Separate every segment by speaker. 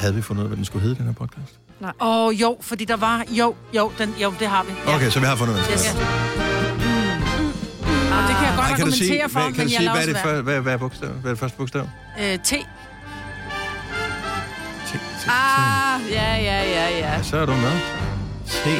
Speaker 1: Havde vi fundet ud af, hvad den skulle hedde, den her podcast?
Speaker 2: Nej. Åh, oh, jo, fordi der var... Jo, jo, den, jo det har vi. Ja.
Speaker 1: Okay, så vi har fundet ud af
Speaker 2: Yes.
Speaker 1: det.
Speaker 2: Og det kan jeg godt
Speaker 1: Ej, kan du sige,
Speaker 2: argumentere for,
Speaker 1: hvad, kan
Speaker 2: men jeg
Speaker 1: du sige,
Speaker 2: lader
Speaker 1: hvad
Speaker 2: også
Speaker 1: er, det
Speaker 2: være.
Speaker 1: for, hvad, hvad, er bogstav, hvad er det første bogstav?
Speaker 2: Øh, T.
Speaker 1: T, t, t.
Speaker 3: Ah, ja, ja, ja, ja.
Speaker 1: Ja, så er du med. T. Ah,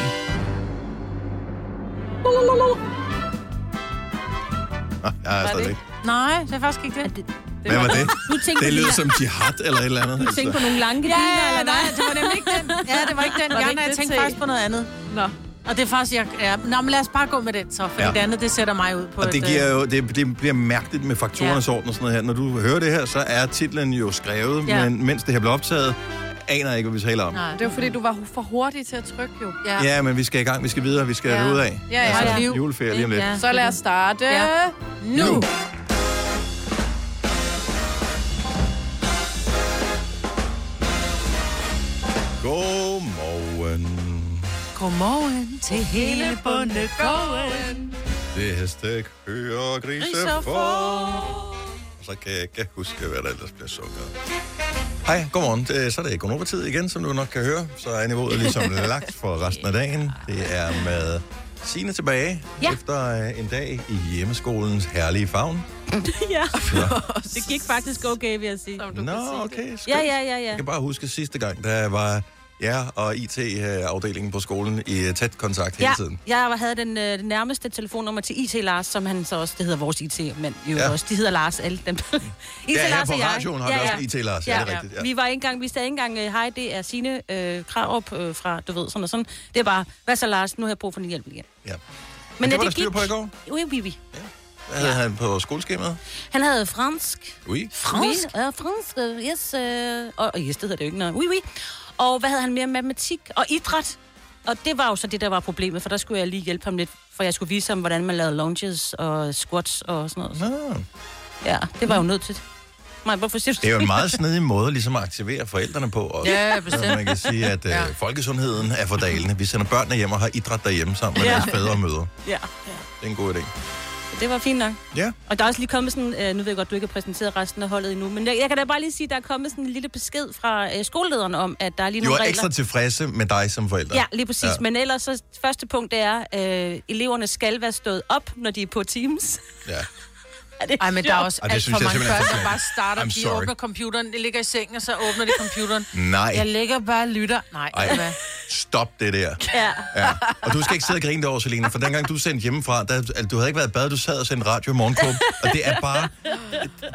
Speaker 1: jeg er
Speaker 3: det
Speaker 1: stadig
Speaker 3: ikke?
Speaker 1: ikke.
Speaker 2: Nej, det er faktisk ikke det.
Speaker 1: Hvad var det?
Speaker 4: Du tænker,
Speaker 1: Det
Speaker 4: det
Speaker 1: lyder
Speaker 4: lyder...
Speaker 1: som jihad eller et eller andet.
Speaker 4: du tænker på
Speaker 1: Altså.
Speaker 4: nogle lange
Speaker 2: Ja,
Speaker 4: gardiner,
Speaker 2: ja,
Speaker 4: eller
Speaker 2: nej,
Speaker 4: hvad?
Speaker 2: det var nemlig ikke den. Ja, det var ikke den.
Speaker 3: Var det
Speaker 2: Jana,
Speaker 3: ikke
Speaker 2: jeg
Speaker 3: det
Speaker 2: tænkte
Speaker 3: T?
Speaker 2: faktisk på noget andet.
Speaker 3: Nå.
Speaker 2: Og det er faktisk, jeg... Ja. Nå, men lad os bare gå med den så, for
Speaker 1: Ja.
Speaker 2: ja. det andet, det sætter mig ud på
Speaker 1: Og det,
Speaker 2: et,
Speaker 1: giver
Speaker 2: øh,
Speaker 1: jo, det, det bliver mærkeligt med faktorernes orden og sådan noget her. Når du hører det her, så er titlen jo skrevet,
Speaker 2: Ja.
Speaker 1: men mens det her blev optaget, aner jeg ikke, hvad vi taler om.
Speaker 2: Nej.
Speaker 3: Det var fordi, du var for hurtig til at trykke, jo.
Speaker 2: øh, Ja.
Speaker 1: Ja, men vi skal i gang, vi skal videre, vi skal
Speaker 2: Ja.
Speaker 1: ud af.
Speaker 3: Ja, ja.
Speaker 2: Der er et
Speaker 1: Altså,
Speaker 2: liv.
Speaker 1: juleferie lige om lidt.
Speaker 2: Ja.
Speaker 3: Så lad os starte.
Speaker 2: Ja.
Speaker 3: Ja.
Speaker 2: Nu!
Speaker 1: Godmorgen.
Speaker 2: Godmorgen til hele bundegården.
Speaker 1: Det heste kører grise
Speaker 2: Grise
Speaker 1: for. Så kan jeg ikke huske, hvad der ellers bliver sunget. Hej, godmorgen. Det, er- så er det Gonova-tid igen, som du nok kan høre. Så er niveauet ligesom lagt for resten af dagen. Det er med Signe tilbage ja. efter øh, en dag i hjemmeskolens herlige favn.
Speaker 4: ja. det gik faktisk okay, vil jeg sige.
Speaker 3: Som du kan
Speaker 1: Nå,
Speaker 3: sige det.
Speaker 1: okay. skønt.
Speaker 4: Ja, ja, ja, ja.
Speaker 1: Jeg kan bare huske sidste gang, der var jer og IT-afdelingen på skolen i øh, tæt kontakt hele
Speaker 4: Ja,
Speaker 1: tiden.
Speaker 4: jeg havde den, øh, det nærmeste telefonnummer til IT Lars, som han så også, det hedder vores IT-mand jo
Speaker 1: Ja.
Speaker 4: ja. også. De hedder Lars, alle dem. IT
Speaker 1: Ja, her på radioen har vi også en IT-Lars. Ja, det er rigtigt, ja.
Speaker 4: Vi var ikke engang, vi sagde ikke engang, øh, hej, det er Signe øh, Krarup øh, fra, du ved, sådan og sådan. Det er bare, hvad så Lars, nu har jeg brug for din hjælp igen.
Speaker 1: Ja.
Speaker 4: Men
Speaker 1: Men
Speaker 4: er
Speaker 1: det var
Speaker 4: det
Speaker 1: der styr
Speaker 4: gik-
Speaker 1: på i går.
Speaker 4: Ui, ui, ui.
Speaker 1: Hvad havde han på skoleskemaet?
Speaker 4: Han havde fransk.
Speaker 1: Ui.
Speaker 4: Fransk? Ja, fransk, øh, yes. Øh, og, og yes, det hedder det jo ikke noget. Oui, oui. Og hvad havde han mere? Matematik og idræt. Og det var jo så det, der var problemet, for der skulle jeg lige hjælpe ham lidt, for jeg skulle vise ham, hvordan man lavede lunges og squats og sådan noget.
Speaker 1: Nå.
Speaker 4: Ja, det var jeg jo nødt til. Nej, hvorfor siger du
Speaker 1: Det er jo en meget snedig måde ligesom at aktivere forældrene på. Også.
Speaker 2: Ja,
Speaker 1: Så man kan sige, at øh, folkesundheden er for dalende. Vi sender børnene hjem og har idræt derhjemme sammen med
Speaker 4: Ja.
Speaker 1: deres fædre og mødre.
Speaker 4: Ja,
Speaker 1: Det er en god idé.
Speaker 4: det var fint nok.
Speaker 1: Ja.
Speaker 4: Og der er også lige kommet sådan, øh, nu ved jeg godt, du ikke har præsenteret resten af holdet endnu, men jeg, jeg kan da bare lige sige, at der er kommet sådan en lille besked fra øh, skolelederen om, at der er lige
Speaker 1: Jo
Speaker 4: nogle
Speaker 1: er
Speaker 4: regler.
Speaker 1: ekstra tilfredse med dig som forælder.
Speaker 4: Ja, lige præcis.
Speaker 1: Ja.
Speaker 4: Ja. Men ellers, så første punkt det er, øh, eleverne skal være stået op, når de er på Teams.
Speaker 1: Ja.
Speaker 4: Er det
Speaker 2: Ej, men der er også
Speaker 1: Ej, det
Speaker 2: alt
Speaker 1: synes
Speaker 2: for
Speaker 1: jeg
Speaker 2: mange
Speaker 1: simpelthen
Speaker 2: børn,
Speaker 1: er
Speaker 2: der bare starter,
Speaker 1: I'm
Speaker 2: de
Speaker 1: sorry.
Speaker 2: åbner computeren, de ligger i sengen, og så åbner de computeren.
Speaker 1: Nej.
Speaker 2: Jeg ligger bare og lytter. Nej,
Speaker 1: Ej.
Speaker 2: Ej. hvad?
Speaker 1: Stop det der.
Speaker 4: Ja.
Speaker 1: Ja. Og du skal ikke sidde og grine derovre, Selina, for dengang du sendte hjemmefra, der, altså, du havde ikke været i bad, du sad og sendte radio i morgenklub, og det er bare,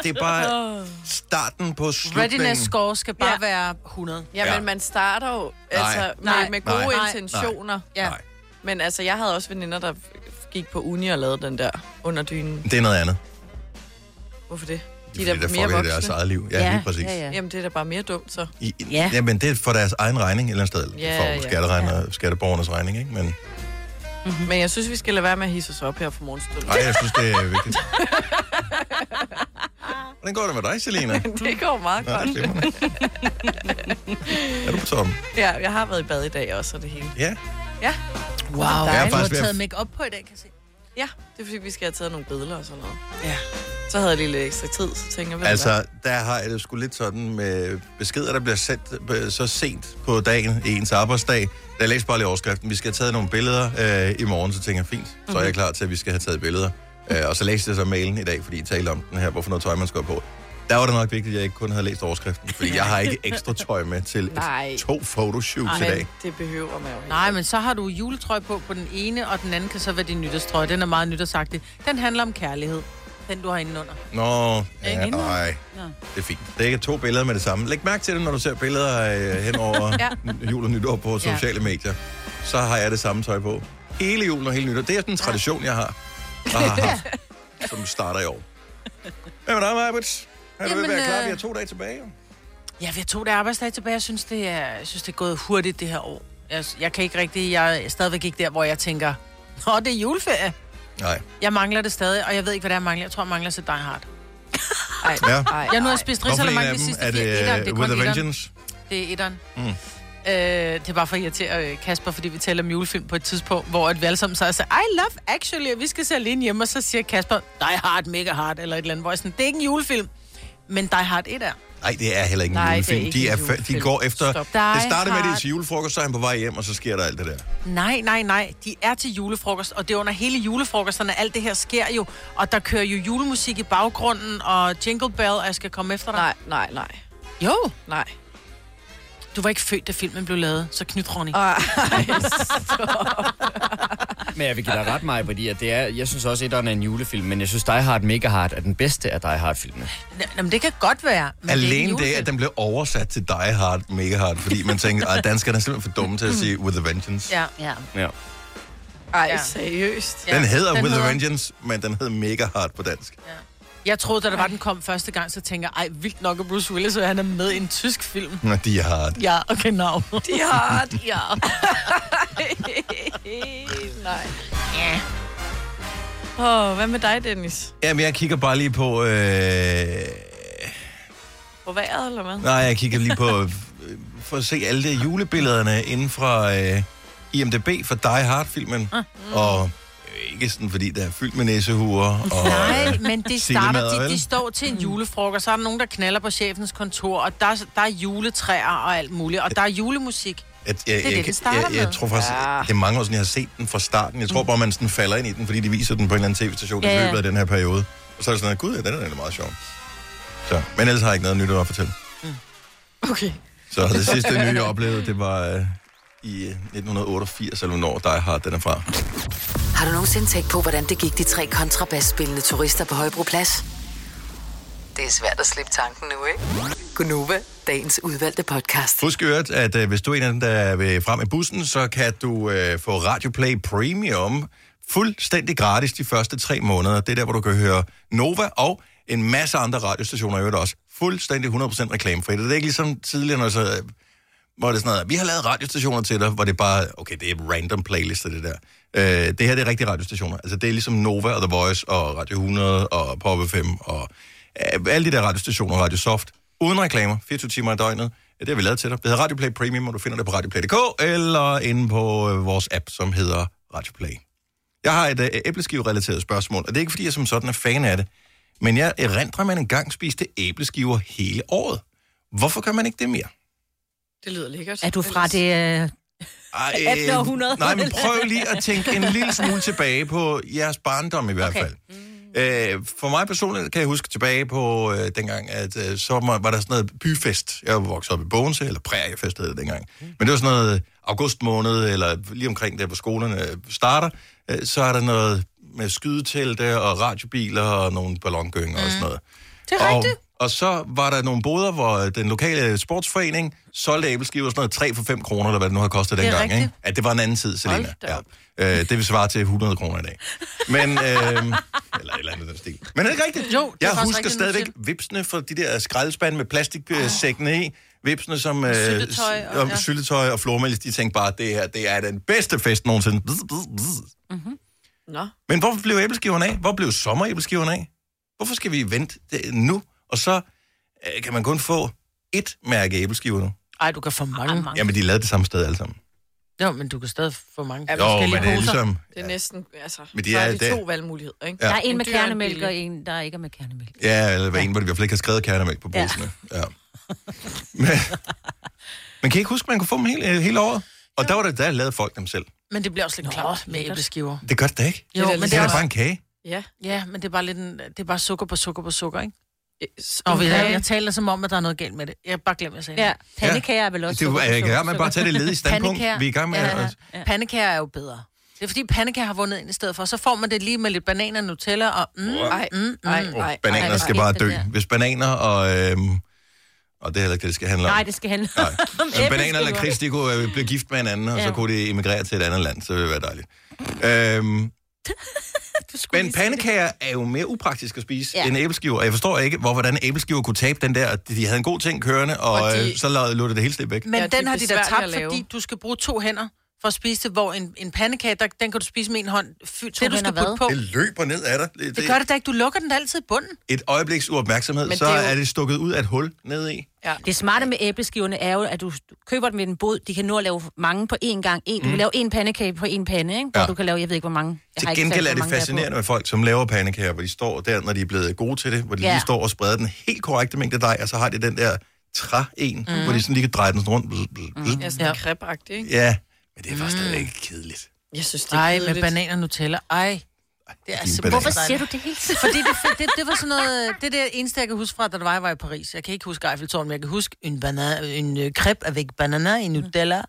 Speaker 1: det er bare starten på slutningen.
Speaker 2: Readiness score skal bare ja.
Speaker 4: Ja.
Speaker 2: være 100.
Speaker 3: Ja,
Speaker 1: Ja.
Speaker 3: men man starter jo altså,
Speaker 2: Nej.
Speaker 3: med, med gode
Speaker 1: Nej.
Speaker 3: intentioner.
Speaker 2: Ja.
Speaker 1: Nej,
Speaker 3: Men altså, jeg havde også veninder, der f- gik på uni og lavede den der under dynen.
Speaker 1: det er noget andet.
Speaker 3: Hvorfor det? De
Speaker 1: Fordi
Speaker 3: er
Speaker 1: der
Speaker 3: da mere
Speaker 1: fucker i deres
Speaker 3: voksne.
Speaker 1: eget liv. Ja, ja lige præcis. Ja, ja.
Speaker 4: ja.
Speaker 3: Jamen, det er da bare mere dumt, så.
Speaker 1: I, ja.
Speaker 4: Ja.
Speaker 1: Jamen, det er for deres egen regning et eller andet sted. Ja,
Speaker 3: Ja,
Speaker 1: for
Speaker 3: ja.
Speaker 1: skatteregner, ja. skatteborgernes regning, ikke? Men
Speaker 3: Men jeg synes, vi skal lade være med at hisse os op her for morgenstunden.
Speaker 1: nej, jeg synes, det er vigtigt. Hvordan går det med dig, Selina?
Speaker 3: Det går meget
Speaker 1: Nej,
Speaker 3: godt.
Speaker 1: glimrende. er du på toppen?
Speaker 3: Ja, jeg har været i bad i dag også, og det hele.
Speaker 1: Ja.
Speaker 3: Ja,
Speaker 2: Wow, jeg
Speaker 1: Jeg er
Speaker 2: har
Speaker 1: faktisk ved at-
Speaker 2: taget make op på i dag, kan jeg se.
Speaker 3: ja. Det er fordi, vi skal have taget nogle billeder og sådan noget.
Speaker 2: Ja.
Speaker 3: Så havde jeg lige lidt ekstra tid, så tænker jeg, ved du hvad?
Speaker 1: Altså, der har jeg det sgu lidt sådan med beskeder, der bliver sendt øh, så sent på dagen i ens arbejdsdag. Der læser bare lige overskriften. Vi skal have taget nogle billeder øh, i morgen, så tænker jeg, fint, så
Speaker 3: Mhm.
Speaker 1: er jeg klar til, at vi skal have taget billeder. Øh, og så læste jeg så mailen i dag, fordi I talte om den her, hvorfor noget tøj, man skal have på. Der var det nok vigtigt, at jeg ikke kun havde læst overskriften, fordi jeg har ikke ekstra tøj med til
Speaker 3: Nej.
Speaker 1: to photoshoots i dag.
Speaker 3: Men det behøver man jo ikke.
Speaker 2: Nej, men så har du juletrøje på på den ene, og den anden kan så være din nytårstrøje. Den er meget nytårsagtig. Den handler om kærlighed. Den, du har indenunder.
Speaker 1: Nå, ja,
Speaker 4: Ikke endnu?
Speaker 1: nej.
Speaker 4: Nå.
Speaker 1: Det er fint. Det er ikke to billeder med det samme. Læg mærke til det, når du ser billeder øh, hen over ja. jul og nytår på
Speaker 2: Ja.
Speaker 1: sociale medier. Så har jeg det samme tøj på. Hele julen og hele nytår. Det er sådan en tradition, jeg har. Og har haft, som starter i år. Hvad med dig, Majbrit? Er du ved
Speaker 2: Jamen,
Speaker 1: at være klar?
Speaker 2: øh,
Speaker 1: Vi har to dage tilbage. jo.
Speaker 2: Ja, vi har to dage arbejdsdag tilbage. Jeg synes, det er, jeg synes, det er gået hurtigt det her år. Jeg, jeg kan ikke rigtig... Jeg er stadigvæk ikke der, hvor jeg tænker... Nå, det er juleferie.
Speaker 1: Nej.
Speaker 2: Jeg mangler det stadig, og jeg ved ikke, hvad det er, jeg mangler. Jeg tror, jeg mangler til Die Hard.
Speaker 3: Ej,
Speaker 1: Ja.
Speaker 3: ej,
Speaker 2: Jeg nu har
Speaker 3: ej.
Speaker 2: spist
Speaker 1: Hvorfor en
Speaker 2: risalamande
Speaker 1: af
Speaker 2: de
Speaker 1: dem?
Speaker 2: sidste
Speaker 1: Er
Speaker 2: fire. etteren,
Speaker 1: det
Speaker 2: det er
Speaker 1: uh,
Speaker 2: kun
Speaker 1: With a
Speaker 2: etteren.
Speaker 1: Vengeance?
Speaker 2: Det er etteren.
Speaker 1: Mm.
Speaker 2: Mm. Øh, det er bare for at irritere øh, Kasper, fordi vi taler om julefilm på et tidspunkt, hvor at vi alle sammen så sagde, I love actually, og vi skal se alene hjemme, og så siger Kasper, Die Hard, Mega Hard, eller et eller andet, hvor jeg sådan, det er ikke en julefilm, men Die Hard 1 er.
Speaker 1: Nej, det er heller ikke en
Speaker 3: Nej, det er
Speaker 1: julefilm.
Speaker 3: ikke
Speaker 1: Die
Speaker 3: en
Speaker 1: er, fa- de
Speaker 3: julefilm.
Speaker 1: går efter...
Speaker 3: Stop.
Speaker 1: Det
Speaker 2: Die
Speaker 1: starter med, at det er
Speaker 2: Hard.
Speaker 1: til julefrokost, så er han på vej hjem, og så sker der alt det der.
Speaker 2: Nej, nej, nej. De er til julefrokost, og det er under hele julefrokosterne. Alt det her sker jo, og der kører jo julemusik i baggrunden, og Jingle Bell, og jeg skal komme efter dig.
Speaker 3: Nej, nej, nej.
Speaker 2: Jo,
Speaker 3: Nej.
Speaker 2: du var ikke født, da filmen blev lavet, så knyt Ronny.
Speaker 3: Ej,
Speaker 5: Men jeg vil give dig ret, mig, fordi at det er, jeg synes også, etteren er en julefilm, men jeg synes, Die Hard Mega Hard er den bedste af Die Hard-filmene.
Speaker 2: N- Jamen, det kan godt være, men det er ikke en
Speaker 1: Alene det,
Speaker 2: julefilm.
Speaker 1: at den blev oversat til Die Hard, Mega Hard, fordi man tænkte, at danskerne er simpelthen for dumme til at sige With a Vengeance.
Speaker 2: Mm. Ja.
Speaker 4: Ja.
Speaker 5: Ja.
Speaker 3: ej
Speaker 2: Ja.
Speaker 3: seriøst.
Speaker 2: Ja.
Speaker 1: Den hedder
Speaker 2: Den
Speaker 1: With a
Speaker 2: hedder-
Speaker 1: Vengeance, men den hedder Mega Hard på dansk.
Speaker 2: Jeg troede, da der var, den kom første gang, så tænker jeg, ej, vildt nok, at Bruce Willis, og han er med i en tysk film.
Speaker 1: Nå, Die Hard.
Speaker 2: Ja, okay, no.
Speaker 3: De har det. Ja. nej.
Speaker 2: Ja.
Speaker 3: Åh, oh, hvad med dig, Dennis?
Speaker 1: Jamen, jeg kigger bare lige på... Øh...
Speaker 3: På vejret, eller hvad?
Speaker 1: Nej, jeg kigger lige på... øh, For at se alle de julebillederne inden fra øh, IMDB for Die Hard-filmen.
Speaker 2: Ah.
Speaker 1: Mm. Og øh, ikke sådan, fordi der er fyldt med næsehuer. Og,
Speaker 2: Nej,
Speaker 1: øh,
Speaker 2: men det
Speaker 1: Sildemadder,
Speaker 2: starter, de,
Speaker 1: vel?
Speaker 2: de står til en julefrokost, så er der nogen, der knaller på chefens kontor, og der, der er juletræer og alt muligt, og der er julemusik.
Speaker 1: at, jeg,
Speaker 2: det, den
Speaker 1: jeg, jeg,
Speaker 2: starter
Speaker 1: jeg, jeg
Speaker 2: med. Mm.
Speaker 1: tror faktisk, ja.
Speaker 3: Ja.
Speaker 1: det er mange år siden, jeg har set den fra starten. Jeg tror bare, man sådan falder ind i den, fordi de viser den på en eller anden tv-station
Speaker 4: Ja,
Speaker 1: i
Speaker 4: ja.
Speaker 1: løbet af den her periode. Og så er det sådan, at gud, ja, den er da meget sjov. Så, men ellers har jeg ikke noget nyt at fortælle.
Speaker 2: Mm.
Speaker 3: Okay.
Speaker 1: Så det sidste nye, jeg oplevede, det var øh, i øh, 1988, eller hvornår Die Hard, den er fra.
Speaker 6: Har du nogensinde tænkt på, hvordan det gik de tre kontrabasspillende turister på Højbroplads? Det er svært at slippe tanken nu, ikke? Gunova, dagens udvalgte podcast.
Speaker 1: Husk i øvrigt, at øh, hvis du er en af dem, der vil frem i bussen, så kan du øh, få Radioplay Premium fuldstændig gratis de første tre måneder. Det er der, hvor du kan høre Nova og en masse andre radiostationer i øvrigt også. Fuldstændig 100% reklamefri. Det er ikke ligesom tidligere, når så, øh, hvor det er sådan noget, vi har lavet radiostationer til dig, hvor det er bare, okay, det er random playlister, det der. Øh, det her, det er rigtige radiostationer. Altså, det er ligesom Nova og The Voice og Radio 100 og Pop 5 og øh, alle de der radiostationer, Radio Soft, uden reklamer, 24 timer i døgnet. Ja, det har vi lavet til dig. Det hedder Radio Play Premium, og du finder det på radioplay.dk eller inde på øh, vores app, som hedder Radio Play. Jeg har et øh, æbleskiverelateret spørgsmål, og det er ikke, fordi jeg som sådan er fan af det, men jeg erindrer, at man engang spiste æbleskiver hele året. Hvorfor gør man ikke det mere?
Speaker 3: Det lyder lækkert.
Speaker 4: Er du fra det... Øh...
Speaker 1: Ej,
Speaker 4: 18.
Speaker 1: øh,
Speaker 4: århundrede.
Speaker 1: Nej, men prøv lige at tænke en lille smule tilbage på jeres barndom i hvert okay. fald. Øh, for mig personligt kan jeg huske tilbage på øh, dengang, at øh, så var var der sådan noget byfest. Jeg var vokset op i Bogense, eller præriefest hed det dengang. Men det var sådan noget august måned, eller lige omkring der, hvor skolerne øh, starter. Øh, så er der noget med skydetelte og radiobiler og nogle ballongynger mm. og sådan noget.
Speaker 2: Det er
Speaker 1: Og,
Speaker 2: rigtigt.
Speaker 1: og så var der nogle boder, hvor øh, den lokale sportsforening solgte æbleskiver sådan noget 3 for 5 kroner, eller hvad det nu har kostet
Speaker 2: Det er
Speaker 1: dengang. Ikke?
Speaker 2: rigtigt.
Speaker 1: At det var en anden tid, Selina.
Speaker 3: Hold da
Speaker 1: Ja.
Speaker 3: op.
Speaker 1: Øh, det vil svare til 100 kroner i dag. Men, øh, eller et eller andet i den stil. Men er det ikke rigtigt?
Speaker 2: Jo, det er
Speaker 1: Jeg
Speaker 2: faktisk
Speaker 1: husker
Speaker 2: rigtigt, når du
Speaker 1: stadigvæk
Speaker 2: siger
Speaker 1: vipsene fra de der skraldespande med plastiksækkene i. Vipsene som øh,
Speaker 2: Syltetøj
Speaker 1: s-
Speaker 2: og-
Speaker 1: og,
Speaker 2: ja.
Speaker 1: syltetøj og flormelis, de tænkte bare, at det her det er den bedste fest nogensinde. Bzz, bzz, bzz.
Speaker 3: Nå.
Speaker 1: Men hvor blev æbleskiverne af? Hvor blev sommeræbleskiverne af? Hvorfor skal vi vente det nu? Og så øh, kan man kun få et mærke æbleskiver nu.
Speaker 2: Ej, du kan få mange. mange.
Speaker 1: Jamen, de lavede det samme sted alle sammen.
Speaker 2: Jo, men du kan stadig få mange.
Speaker 3: Ja,
Speaker 1: Jo,
Speaker 2: forskellige
Speaker 1: men det er
Speaker 2: poser.
Speaker 1: ligesom...
Speaker 3: Det er næsten, altså,
Speaker 1: Men
Speaker 3: men
Speaker 1: de
Speaker 3: de så
Speaker 1: er-
Speaker 3: er de
Speaker 1: det-
Speaker 3: to valgmuligheder, ikke?
Speaker 1: Ja.
Speaker 4: Der er en med
Speaker 3: En dyr og en
Speaker 4: kernemælk,
Speaker 3: billig.
Speaker 4: og en, der er ikke er med kernemælk.
Speaker 1: Ja, eller hvad en, hvor de i hvert fald ikke har skrevet kernemælk på
Speaker 4: Ja.
Speaker 1: brusene. Ja. ja. Men, men kan I ikke huske, at man kunne få dem hele, øh, hele året? Og der var det, der lavede folk dem selv.
Speaker 2: Men det bliver også lidt klamt med æbleskiver.
Speaker 1: Det gør det da ikke.
Speaker 2: Jo,
Speaker 3: er da
Speaker 2: men
Speaker 3: lidt
Speaker 2: det
Speaker 1: Det
Speaker 2: er
Speaker 1: er da
Speaker 2: også,
Speaker 1: bare en kage.
Speaker 3: Ja.
Speaker 2: ja, men det er bare lidt en, det er bare sukker på sukker på sukker, ikke? Og
Speaker 3: Og
Speaker 2: okay. jeg,
Speaker 3: ja.
Speaker 2: jeg taler som om, at der er noget galt med det. Jeg har bare glemt, at jeg sagde
Speaker 4: Ja, pandekager er vel også...
Speaker 1: Det er jo øh, ikke ja, man bare tager det ledige standpunkt.
Speaker 2: Pandekager.
Speaker 1: Vi er i gang med
Speaker 2: Ja,
Speaker 1: ja.
Speaker 2: det. Pandekager er jo bedre. Det er fordi, pandekager har vundet ind i stedet for. Så får man det lige med lidt bananer, Nutella og... Mm,
Speaker 3: Ej,
Speaker 2: mm, mm.
Speaker 3: ej,
Speaker 1: Oh,
Speaker 3: ej,
Speaker 1: bananer
Speaker 3: ej,
Speaker 1: skal
Speaker 4: ej,
Speaker 1: bare
Speaker 4: det
Speaker 1: dø.
Speaker 4: der.
Speaker 1: Hvis bananer og... Øhm, og det er heller ikke det, det skal handle om.
Speaker 4: Nej, det skal handle om
Speaker 1: Altså, bananer og lakrids, de kunne øh, blive gift med hinanden, og ja. så
Speaker 4: Ja.
Speaker 1: kunne de emigrere til et andet land, så ville det være dejligt. Øhm, men pandekager er jo mere upraktisk at spise ja.
Speaker 4: Ja.
Speaker 1: end æbleskiver, og jeg forstår ikke, hvor, hvordan æbleskiver kunne tabe den der. De havde en god ting kørende, og, og
Speaker 3: Og
Speaker 1: de...
Speaker 3: de-
Speaker 1: øh, så lavede- lå det det hele slippe væk.
Speaker 2: Men
Speaker 3: Ja,
Speaker 2: den
Speaker 3: de
Speaker 2: har de da
Speaker 3: besværlige at
Speaker 2: tabt,
Speaker 3: lave.
Speaker 2: fordi du skal bruge to hænder for at spise det, hvor en, en pandekage, der, den kan du spise med en hånd. Fy, det, du
Speaker 4: hænder
Speaker 2: skal putte
Speaker 4: hvad?
Speaker 2: på.
Speaker 1: Det løber ned af dig. Det,
Speaker 2: Det gør det da ikke. Du lukker den da altid i bunden.
Speaker 1: Et øjebliks uopmærksomhed,
Speaker 3: Men
Speaker 1: så
Speaker 3: det er
Speaker 1: er,
Speaker 3: jo-
Speaker 1: det stukket ud af et hul ned i.
Speaker 3: Ja.
Speaker 4: Det smarte med æbleskiverne er jo, at du køber dem ved en bod. De kan nå at lave mange på én gang. En, Du kan lave en pandekage på én pande, ikke? Hvor
Speaker 1: Mm. Ja.
Speaker 4: du kan lave, jeg ved ikke, hvor mange. Jeg
Speaker 1: Til
Speaker 4: har ikke
Speaker 1: gengæld
Speaker 4: talt, hvor
Speaker 1: er det
Speaker 4: mange der på.
Speaker 1: fascinerende med folk, som laver pandekager, hvor de står der, når de er blevet gode til det, hvor de
Speaker 4: Ja.
Speaker 1: lige står og spreder den helt korrekte mængde dej, og så har de den der træ-en, hvor de sådan lige kan dreje den sådan rundt. Bl, bl, bl.
Speaker 3: Ja, sådan
Speaker 2: Ja.
Speaker 3: ja. krebagtig, ikke?
Speaker 1: Ja, men det er faktisk stadigvæk kedeligt.
Speaker 3: Jeg synes, det er
Speaker 2: Ej, med
Speaker 3: kedeligt.
Speaker 2: bananer og Nutella. Ej. Det er
Speaker 1: dine
Speaker 2: simpelthen
Speaker 1: bananer.
Speaker 4: Hvorfor siger du det hele tiden?
Speaker 2: Fordi det, det, det, var sådan noget, øh, det der eneste, jeg kan huske fra, da det var, jeg var i Paris. Jeg kan ikke huske Eiffeltårn, men jeg kan huske en, banan, en øh, crepe avec banana
Speaker 4: Mm.
Speaker 2: i Nutella.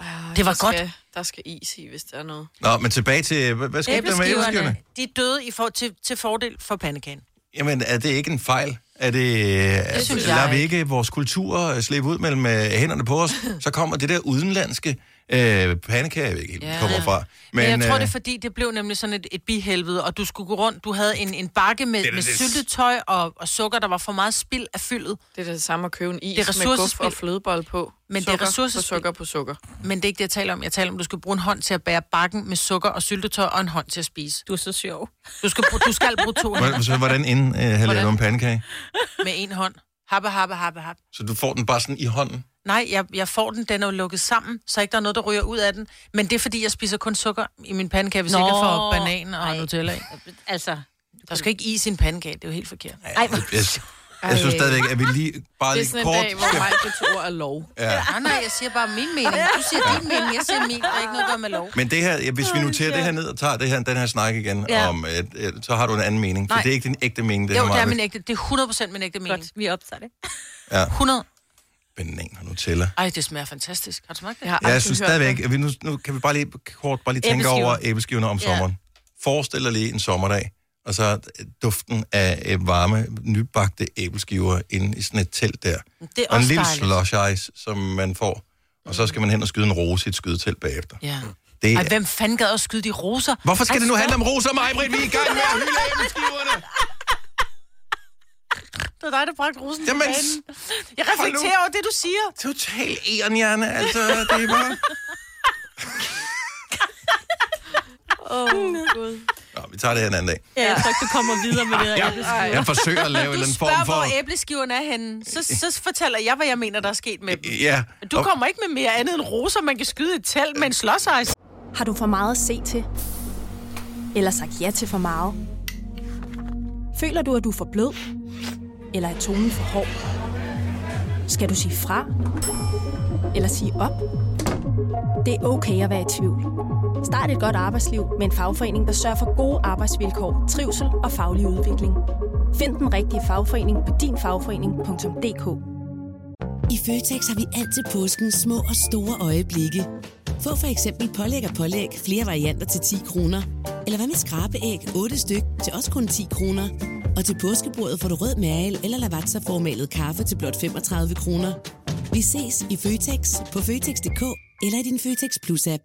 Speaker 3: Ej,
Speaker 2: Det var
Speaker 3: der
Speaker 2: godt.
Speaker 3: Skal, der skal is i, hvis der er noget.
Speaker 1: Nå, men tilbage til, hvad, hvad skete der med æbleskiverne?
Speaker 2: Æbleskiverne, de døde i for, til, til fordel for pandekagen.
Speaker 1: Jamen, er det ikke en fejl? Er det, det
Speaker 2: synes
Speaker 1: lader
Speaker 2: jeg
Speaker 1: vi ikke vores kultur øh, slippe ud mellem øh, hænderne på os, så kommer det der udenlandske øh, pandekager, jeg ved ikke helt, ja. kommer fra.
Speaker 2: Men, men jeg tror,
Speaker 1: øh,
Speaker 2: det er fordi, det blev nemlig sådan et, et bihelvede, og du skulle gå rundt, du havde en, en bakke med,
Speaker 1: Det er da
Speaker 2: med
Speaker 1: det-
Speaker 2: syltetøj og, og sukker, der var for meget spild af fyldet.
Speaker 3: Det er det samme at købe en is
Speaker 2: Det er
Speaker 3: med guf
Speaker 2: ressourcespil.
Speaker 3: og flødebold på.
Speaker 2: Men det er
Speaker 3: sukker
Speaker 2: ressourcespil.
Speaker 3: På sukker på sukker.
Speaker 2: Men det er ikke det, jeg taler om. Jeg taler om, at du skal bruge en hånd til at bære bakken med sukker og syltetøj, og en hånd til at spise.
Speaker 4: Du er så sjov.
Speaker 2: Du skal, bruge- du skal bruge to hænder
Speaker 1: Hvor- Så hvordan inden øh, havde lavet en pandekage?
Speaker 2: med en hånd. Happe, happe, happe, happe.
Speaker 1: Så du får den bare sådan i hånden?
Speaker 2: Nej, jeg, jeg får den, den er jo lukket sammen, så ikke der er noget, der ryger ud af den. Men det er, fordi jeg spiser kun sukker i min pandekage, hvis
Speaker 4: Nå,
Speaker 2: ikke jeg får banan og
Speaker 4: ej.
Speaker 2: Nutella i.
Speaker 4: Altså,
Speaker 2: Der skal ikke is i en pandekage, det er jo helt forkert.
Speaker 4: ej, hvor...
Speaker 1: Jeg, jeg synes stadigvæk, at vi lige bare
Speaker 3: Det er
Speaker 1: lige
Speaker 3: sådan en
Speaker 1: kort...
Speaker 3: dag, hvor mig på ord er lov.
Speaker 2: Nej, nej, jeg siger bare min mening. Du siger din mening, jeg siger min. Der er ikke noget, der er med lov.
Speaker 1: Men det her, ja, hvis vi noterer det her ned og tager det her, den her snak igen, ja.
Speaker 4: Ja.
Speaker 1: om, øh, øh, så har du en anden mening. For
Speaker 2: Nej.
Speaker 1: det er ikke din ægte mening, det
Speaker 2: Jo,
Speaker 1: her
Speaker 2: det er
Speaker 1: Maja.
Speaker 2: min ægte. Det er 100% min ægte mening.
Speaker 4: Godt, vi optager det.
Speaker 2: 100.
Speaker 1: Banan og Nutella.
Speaker 2: Ej, det smager fantastisk. Har du smagt det?
Speaker 3: Jeg har
Speaker 1: Ja, jeg
Speaker 3: aldrig
Speaker 1: synes
Speaker 3: hørt
Speaker 1: stadigvæk,
Speaker 3: det.
Speaker 1: at vi nu, nu kan vi bare lige kort bare lige tænke
Speaker 4: Æbleskiver.
Speaker 1: over æbleskiverne om
Speaker 4: Ja.
Speaker 1: sommeren. Forestil dig lige en sommerdag, og så duften af øh, varme, nybagte æbleskiver inde i sådan et telt der.
Speaker 2: Det er
Speaker 1: Og en
Speaker 2: også
Speaker 1: lille
Speaker 2: dejligt.
Speaker 1: slush ice, som man får. Og så skal man hen og skyde en rose i et skydetelt bagefter.
Speaker 2: Ja.
Speaker 1: Det
Speaker 2: Ej,
Speaker 1: er...
Speaker 2: hvem fanden gad at skyde de roser?
Speaker 1: Hvorfor skal
Speaker 2: Ej,
Speaker 1: det nu
Speaker 2: stop.
Speaker 1: handle om roser, Majbrit? Vi er i gang med at hylde æbleskiverne.
Speaker 2: Det var dig, der bragte rosen
Speaker 1: Jamen,
Speaker 2: Jamen, til banen. Jeg reflekterer over det, du siger.
Speaker 1: Total ærenhjerne, altså. Det er bare...
Speaker 3: Åh, oh, gud.
Speaker 1: Nå, vi tager det her en anden dag.
Speaker 4: Ja. Jeg tror ikke, du kommer videre med det her.
Speaker 3: Ej,
Speaker 1: Jeg forsøger at lave en eller
Speaker 2: Du
Speaker 1: anden
Speaker 2: spørger,
Speaker 1: form for...
Speaker 2: hvor æbleskiverne er henne. Så, så fortæller jeg, hvad jeg mener, der er sket med dem.
Speaker 1: Ja.
Speaker 2: Du kommer ikke med mere andet end roser, man kan skyde i et telt med en slåsejs.
Speaker 7: Har du for meget at se til? Eller sagt ja til for meget? Føler du, at du er for blød? Eller er tonen for hård? Skal du sige fra? Eller sige op? Det er okay at være i tvivl. Start et godt arbejdsliv med en fagforening, der sørger for gode arbejdsvilkår, trivsel og faglig udvikling. Find den rigtige fagforening på dinfagforening.dk
Speaker 8: I Føtex har vi altid påsken små og store øjeblikke. Få for eksempel pålæg og pålæg flere varianter til 10 kroner. Eller hvad med skrabeæg 8 styk til også kun 10 kroner. Og til påskebordet får du rød mal eller lavatserformalet kaffe til blot 35 kroner. Vi ses i Føtex på Føtex.dk eller i din Føtex Plus-app.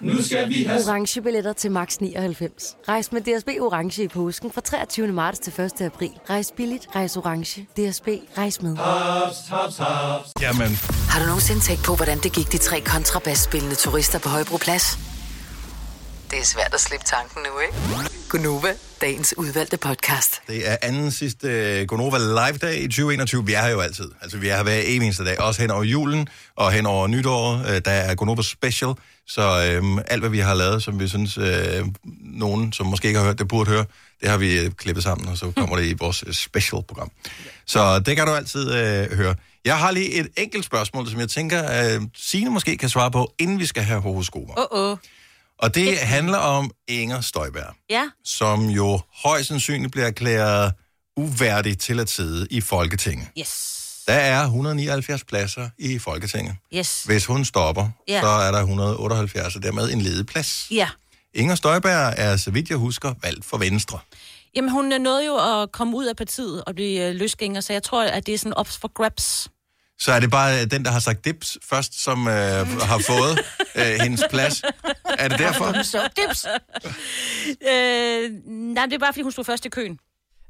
Speaker 9: Nu skal vi have
Speaker 10: Orange billetter til max 99. Rejs med DSB Orange i påsken fra 23. marts til 1. april. Rejs billigt, rejs orange. DSB, rejs med.
Speaker 9: haps, haps, haps.
Speaker 1: Jamen,
Speaker 6: Har du nogensinde tænkt på, hvordan det gik de tre kontrabasspillende turister på Højbroplads? Det er svært at slippe tanken nu, ikke? Gunova, dagens udvalgte podcast.
Speaker 1: det er anden sidste øh, Gonova Live-dag i 2021. Vi er her jo altid. Altså, vi er her hver evig eneste dag. Også hen over julen og hen over nytåret. Øh, der er Gonova Special. Så øh, alt, hvad vi har lavet, som vi synes, øh, nogen, som måske ikke har hørt det, burde høre, det har vi øh, klippet sammen, og så kommer det i vores øh, special-program. Så det kan du altid øh, høre. Jeg har lige et enkelt spørgsmål, som jeg tænker, øh, Signe måske kan svare på, inden vi skal have horoskoper.
Speaker 4: Åh, åh.
Speaker 1: Og det handler om Inger Støjberg,
Speaker 4: Ja,
Speaker 1: som jo højst sandsynligt bliver erklæret uværdig til at sidde i Folketinget.
Speaker 4: yes.
Speaker 1: Der er 179 pladser i Folketinget.
Speaker 4: Yes.
Speaker 1: Hvis hun stopper,
Speaker 4: Ja.
Speaker 1: så er der 178, og dermed en ledig plads.
Speaker 4: Ja,
Speaker 1: Inger Støjberg er, så vidt jeg husker, valgt for Venstre.
Speaker 4: Jamen, hun øh, nåede jo at komme ud af partiet og blive øh, løsgænger, så jeg tror, at det er sådan ops for grabs.
Speaker 1: Så er det bare øh, den, der har sagt dips først, som øh, har fået øh, hendes plads. Er det derfor?
Speaker 4: Så dips! øh, nej, det er bare, fordi hun stod først i køen.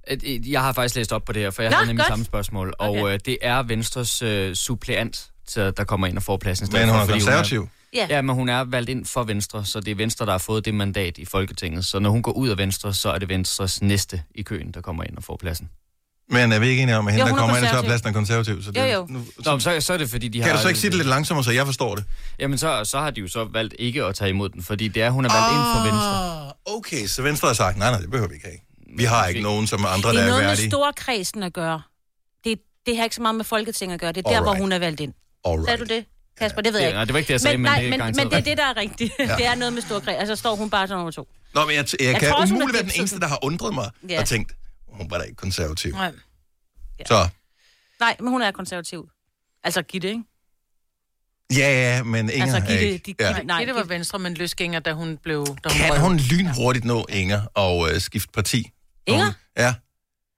Speaker 5: At, øh, Jeg har faktisk læst op på det her, for jeg
Speaker 4: Nå,
Speaker 5: havde nemlig
Speaker 4: godt.
Speaker 5: samme spørgsmål. Og
Speaker 4: Okay.
Speaker 5: øh, det er Venstres øh, suppleant, så der kommer ind og får pladsen. i stedet
Speaker 1: Men hun
Speaker 5: for,
Speaker 1: er
Speaker 5: fordi
Speaker 1: konservativ.
Speaker 5: Ja. ja, men hun er valgt ind for Venstre, så det er Venstre, der har fået det mandat i Folketinget. Så når hun går ud af Venstre, så er det Venstres næste i køen, der kommer ind og får pladsen.
Speaker 1: Men er vi ikke enige om, at hende,
Speaker 5: Jo,
Speaker 1: der
Speaker 5: hun er
Speaker 1: kommer ind og tager
Speaker 5: konservativ.
Speaker 1: pladsen, er konservativ? Så det,
Speaker 5: Nu, så, Nå, men så, så er det, fordi de har...
Speaker 1: Kan du så ikke sige det lidt langsommere, så jeg forstår det?
Speaker 5: Jamen, så, så har de jo så valgt ikke at tage imod den, fordi det er, hun er valgt oh. ind for Venstre.
Speaker 1: Ah, Okay, så Venstre har sagt, nej, nej, det behøver vi ikke have. Vi har ikke nogen, som andre,
Speaker 4: Det
Speaker 1: der
Speaker 4: er
Speaker 1: er
Speaker 4: noget med
Speaker 1: værdige.
Speaker 4: storkredsen at gøre. Det, det har ikke så meget med Folketinget at gøre. Det er der,
Speaker 1: Alright.
Speaker 4: hvor hun er valgt ind.
Speaker 1: Alright.
Speaker 4: Sagde du det, Kasper? Det ved
Speaker 5: Ja,
Speaker 4: jeg ikke.
Speaker 5: nej, det var ikke det, jeg sagde, men
Speaker 4: nej,
Speaker 5: det er
Speaker 4: men, men
Speaker 5: garanteret
Speaker 4: det er det,
Speaker 5: rigtigt.
Speaker 4: der er rigtigt.
Speaker 1: Ja.
Speaker 4: Ja. Det er noget med storkreds. Altså, står hun bare som nummer to.
Speaker 1: Nå, men jeg, t- jeg, jeg
Speaker 4: Jeg
Speaker 1: kan
Speaker 4: tror også, hun
Speaker 1: umuligt
Speaker 4: er
Speaker 1: være den
Speaker 4: gipset.
Speaker 1: eneste, der har undret mig
Speaker 4: Ja.
Speaker 1: og tænkt, hun var da ikke konservativ.
Speaker 4: Nej.
Speaker 1: Så
Speaker 4: nej, men hun er konservativ. Altså, Gitte, ikke?
Speaker 1: ja, ja, men Inger
Speaker 2: altså,
Speaker 1: er
Speaker 2: Gitte,
Speaker 1: ikke.
Speaker 2: de,
Speaker 1: ja.
Speaker 2: nej, Gitte var venstre, men løsgænger, da hun blev... Da hun
Speaker 1: Kan
Speaker 2: røg.
Speaker 1: hun lynhurtigt nå Inger og øh, skifte parti?
Speaker 4: Inger?
Speaker 1: Hun, ja,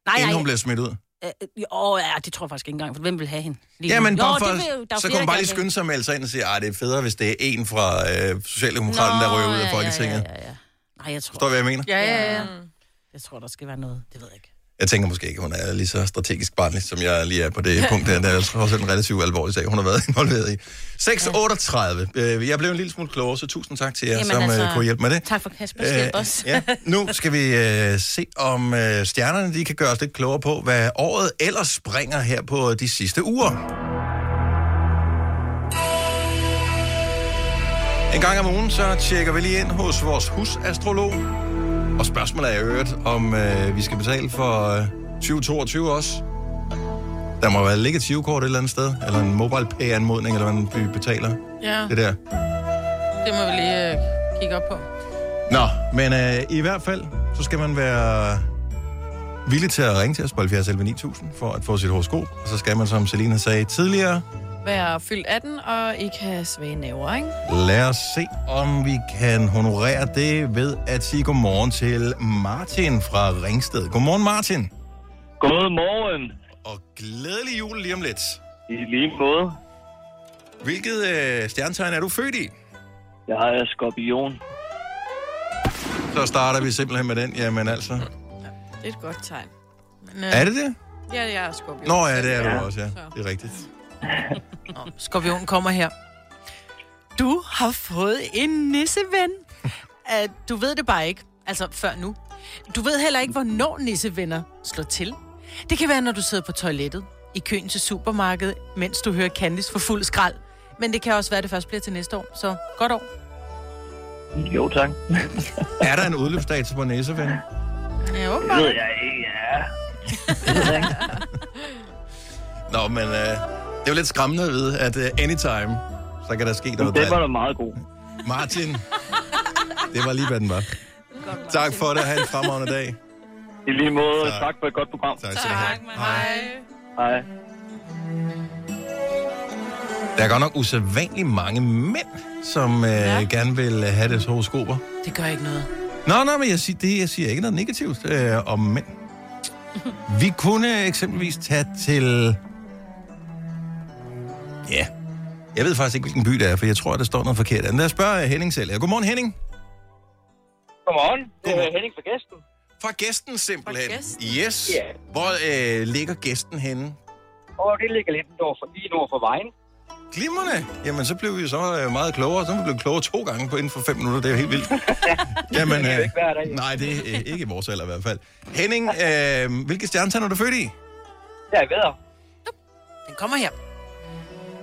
Speaker 4: Nej,
Speaker 1: inden
Speaker 4: nej.
Speaker 1: hun bliver smidt ud.
Speaker 4: Øh, Åh, ja, det tror jeg faktisk ikke engang, for hvem vil have hende?
Speaker 1: Ja, men
Speaker 4: nu?
Speaker 1: bare
Speaker 4: Nå,
Speaker 1: for,
Speaker 4: det vil jo- der er
Speaker 1: så
Speaker 4: flere,
Speaker 1: kunne hun
Speaker 4: der
Speaker 1: bare lige
Speaker 4: gerne
Speaker 1: skynde sig med altså ind og sige, at det er federe, hvis det er en fra øh, Socialdemokraterne, der
Speaker 4: Nå,
Speaker 1: røver ud
Speaker 4: ja,
Speaker 1: af
Speaker 4: ja,
Speaker 1: Folketinget.
Speaker 4: ja, ja, ja. Nej, jeg tror...
Speaker 1: Forstår du, hvad jeg mener?
Speaker 2: Ja, ja, ja.
Speaker 3: Mm.
Speaker 4: Jeg tror, der skal være noget. Det ved jeg ikke.
Speaker 1: Jeg tænker måske ikke, at hun er lige så strategisk barnlig, som jeg lige er på det punkt der. Det er altså også en relativt alvorlig sag, hun har været involveret i. 6.38. Øh, Jeg blev en lille smule klogere, så tusind tak til jer, Jamen som altså, kunne hjælpe med det.
Speaker 4: Tak for Kasper hjælp
Speaker 1: Øh,
Speaker 4: os.
Speaker 1: ja. Nu skal vi øh, se, om øh, stjernerne de kan gøre os lidt klogere på, hvad året ellers springer her på de sidste uger. En gang om ugen, så tjekker vi lige ind hos vores husastrolog. Og spørgsmålet er i øvrigt, om øh, vi skal betale for øh, 2022 også. Der må være ligge et 20-kort et eller andet sted, eller en mobile pay-anmodning, eller hvad man betaler.
Speaker 2: Ja,
Speaker 1: Det der.
Speaker 2: det må vi lige øh, kigge op på.
Speaker 1: Nå, men øh, i hvert fald, så skal man være villig til at ringe til os på 70 11 9000 for at få sit horoskop. Og så skal man, som Selina sagde tidligere,
Speaker 3: Vær fyldt 18, og I kan have svage næver, ikke?
Speaker 1: lad os se, om vi kan honorere det ved at sige godmorgen til Martin fra Ringsted. Godmorgen, Martin.
Speaker 11: Godmorgen.
Speaker 1: Og glædelig jul lige om lidt.
Speaker 11: I lige måde.
Speaker 1: Hvilket øh, stjernetegn er du født i?
Speaker 11: Jeg er skorpion.
Speaker 1: Så starter vi simpelthen med den. Jamen altså.
Speaker 3: Det er et godt tegn. Men,
Speaker 1: Er det det?
Speaker 3: Ja, jeg er skorpion.
Speaker 1: Nå ja, det er du også, ja. Det er rigtigt.
Speaker 2: Skorpion kommer her. Du har fået en nisseven. Uh, du ved det bare ikke. Altså, før nu. Du ved heller ikke, hvornår nissevenner slår til. Det kan være, når du sidder på toilettet, i køen til supermarkedet, mens du hører Candice for fuld skrald. Men det kan også være, at det først bliver til næste år. Så godt år.
Speaker 11: Jo, tak.
Speaker 1: Er der en udløbsdato på næseven?
Speaker 2: Ja,
Speaker 11: Det ved jeg ikke, ja.
Speaker 1: Nå, men øh, det er jo lidt skræmmende at vide, at øh, anytime, så kan der ske noget.
Speaker 11: Den var da
Speaker 1: dejligt.
Speaker 11: meget god.
Speaker 1: Martin, det var lige, hvad den var. Tak for det. Ha' en fremragende dag.
Speaker 11: I lige måde.
Speaker 1: Tak.
Speaker 11: Tak, tak for et godt program.
Speaker 1: Tak skal du have.
Speaker 3: Hej.
Speaker 11: Hej.
Speaker 1: Der er godt nok usædvanligt mange mænd, som øh, ja. gerne vil øh, have deres horoskoper.
Speaker 2: Det gør ikke noget.
Speaker 1: Nå, nej, men jeg siger, det, jeg siger ikke noget negativt øh, om mænd. Vi kunne eksempelvis tage til... Ja, jeg ved faktisk ikke, hvilken by det er, for jeg tror, der står noget forkert. Men lad os spørge øh, Henning selv. her. Godmorgen, Henning.
Speaker 11: Godmorgen. Det er Henning fra Gæsten.
Speaker 1: Fra gæsten simpelthen.
Speaker 11: Fra
Speaker 1: gæsten.
Speaker 11: Gæsten?
Speaker 1: Yes.
Speaker 11: Ja.
Speaker 1: Hvor øh, ligger gæsten henne?
Speaker 11: Og det ligger lidt nord for, lige nord for vejen.
Speaker 1: Glimmerne. Jamen, så blev vi jo så øh, meget klogere. Så blev vi blevet klogere to gange på inden for fem minutter. Det er jo helt vildt. Jamen,
Speaker 11: Det er jo
Speaker 1: øh,
Speaker 11: ikke hver dag.
Speaker 1: nej, det er øh, ikke i vores alder i hvert fald. Henning, øh, hvilke stjernetegn er du født i?
Speaker 11: Ja, jeg ved.
Speaker 2: Den kommer her.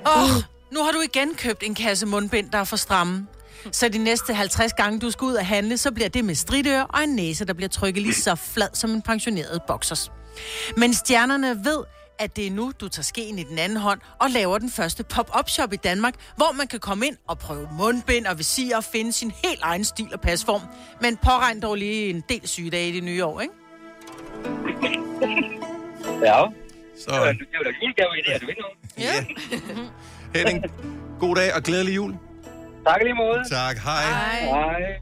Speaker 2: Åh, oh, nu har du igen købt en kasse mundbind, der er for stramme. Så de næste 50 gange, du skal ud og handle, så bliver det med stridører og en næse, der bliver trykket lige så flad som en pensioneret boksers. Men stjernerne ved, at det er nu, du tager skeen i den anden hånd og laver den første pop-up shop i Danmark, hvor man kan komme ind og prøve mundbind og visir og finde sin helt egen stil og pasform. Men påregn dog lige en del sygedage i det nye år, ikke?
Speaker 11: Ja.
Speaker 1: Så,
Speaker 11: Øh, Det var, det var da julegave i det, er du ved nu.
Speaker 1: Ja. Henning, god dag og glædelig jul.
Speaker 11: Tak i lige måde.
Speaker 1: Tak, hej.
Speaker 11: Hej.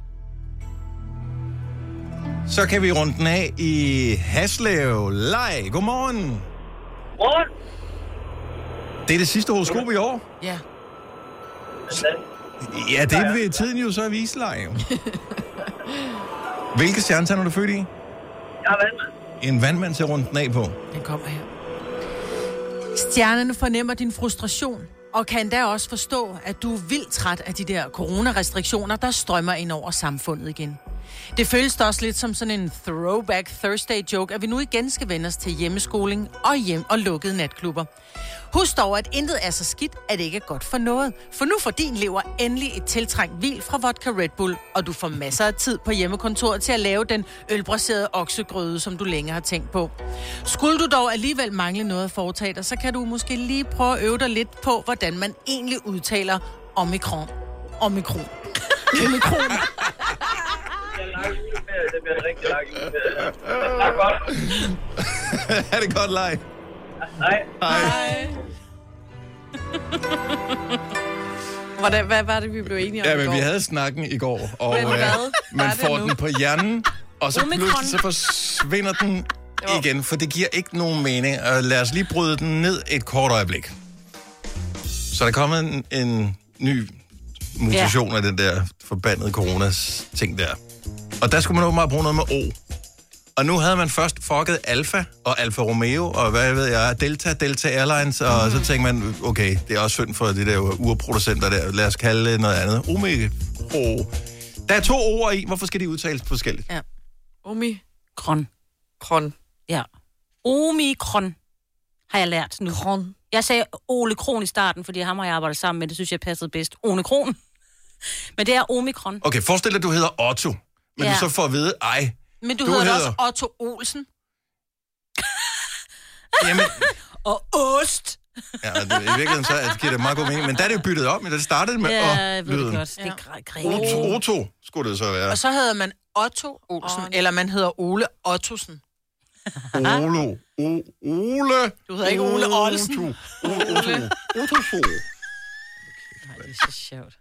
Speaker 1: Så kan vi runde den af i Haslev. Lej, godmorgen.
Speaker 11: Godmorgen.
Speaker 1: Det er det sidste horoskop i år.
Speaker 2: Ja.
Speaker 1: Ja, det vil tiden jo så vise, Lej. jo. Hvilke stjernetegn er du født i?
Speaker 11: Jeg er vandmand.
Speaker 1: En vandmand til rundt den af på.
Speaker 2: Den kommer her. Stjernerne fornemmer din frustration, og kan da også forstå, at du er vildt træt af de der coronarestriktioner, der strømmer ind over samfundet igen. Det føles da også lidt som sådan en throwback Thursday joke, at vi nu igen skal vende os til hjemmeskoling og hjem og lukkede natklubber. Husk dog, at intet er så skidt, at det ikke er godt for noget. For nu får din lever endelig et tiltrængt hvil fra Vodka Red Bull, og du får masser af tid på hjemmekontoret til at lave den ølbraserede oksegrøde, som du længe har tænkt på. Skulle du dog alligevel mangle noget at foretage dig, så kan du måske lige prøve at øve dig lidt på, hvordan man egentlig udtaler omikron. Omikron. omikron.
Speaker 11: Det bliver en rigtig lang juleferie.
Speaker 1: er det godt, Lej?
Speaker 11: Hej.
Speaker 3: Hej. Hvordan, hvad var det, vi blev enige om
Speaker 1: Ja,
Speaker 3: i går?
Speaker 1: men vi havde snakken i går, og øh,
Speaker 3: Men hvad? Hvad
Speaker 1: man
Speaker 3: er det
Speaker 1: får
Speaker 3: nu?
Speaker 1: den på hjernen, og så
Speaker 3: Omikron.
Speaker 1: pludselig så forsvinder den igen, for det giver ikke nogen mening. Og lad os lige bryde den ned et kort øjeblik. Så der er kommet en, en ny mutation af den der forbandede coronas-ting der. Og der skulle man åbenbart bruge noget med O. Og nu havde man først fucket Alfa og Alfa Romeo og hvad ved jeg, Delta, Delta Airlines, og
Speaker 2: Mm.
Speaker 1: så tænkte man, okay, det er også synd for de der urproducenter der, lad os kalde det noget andet. Omega Pro. Der er to ord i, hvorfor skal de udtales forskelligt?
Speaker 2: Ja.
Speaker 3: Omi.
Speaker 4: Kron.
Speaker 3: Kron.
Speaker 4: Ja. Omikron har jeg lært nu.
Speaker 3: Kron.
Speaker 4: Jeg sagde Ole Kron i starten, fordi ham har jeg arbejdet sammen med. Det synes jeg passede bedst. Ole Kron. Men det er omikron.
Speaker 1: Okay, forestil dig, at du hedder Otto, men ja.
Speaker 4: Ja.
Speaker 1: du så får at vide, ej,
Speaker 2: Men du, du
Speaker 1: Du
Speaker 2: hedder, da
Speaker 1: hedder-
Speaker 2: også Otto Olsen.
Speaker 1: jamen,
Speaker 4: Og ost.
Speaker 1: ja, det, i virkeligheden så at- giver det meget god mening, men der er det jo byttet op, men det startede med
Speaker 4: Ja, jeg ved det
Speaker 1: lyden
Speaker 4: godt. Det er gre-
Speaker 1: Otto,
Speaker 4: gre-
Speaker 1: Otto skulle det så være.
Speaker 2: Og så hedder man Otto Olsen, oh, eller man hedder Ole Ottosen.
Speaker 1: Olo. O, Ole.
Speaker 2: Du hedder ikke Ole Olsen.
Speaker 1: Otto. Ole. Otto.
Speaker 4: Det er så sjovt.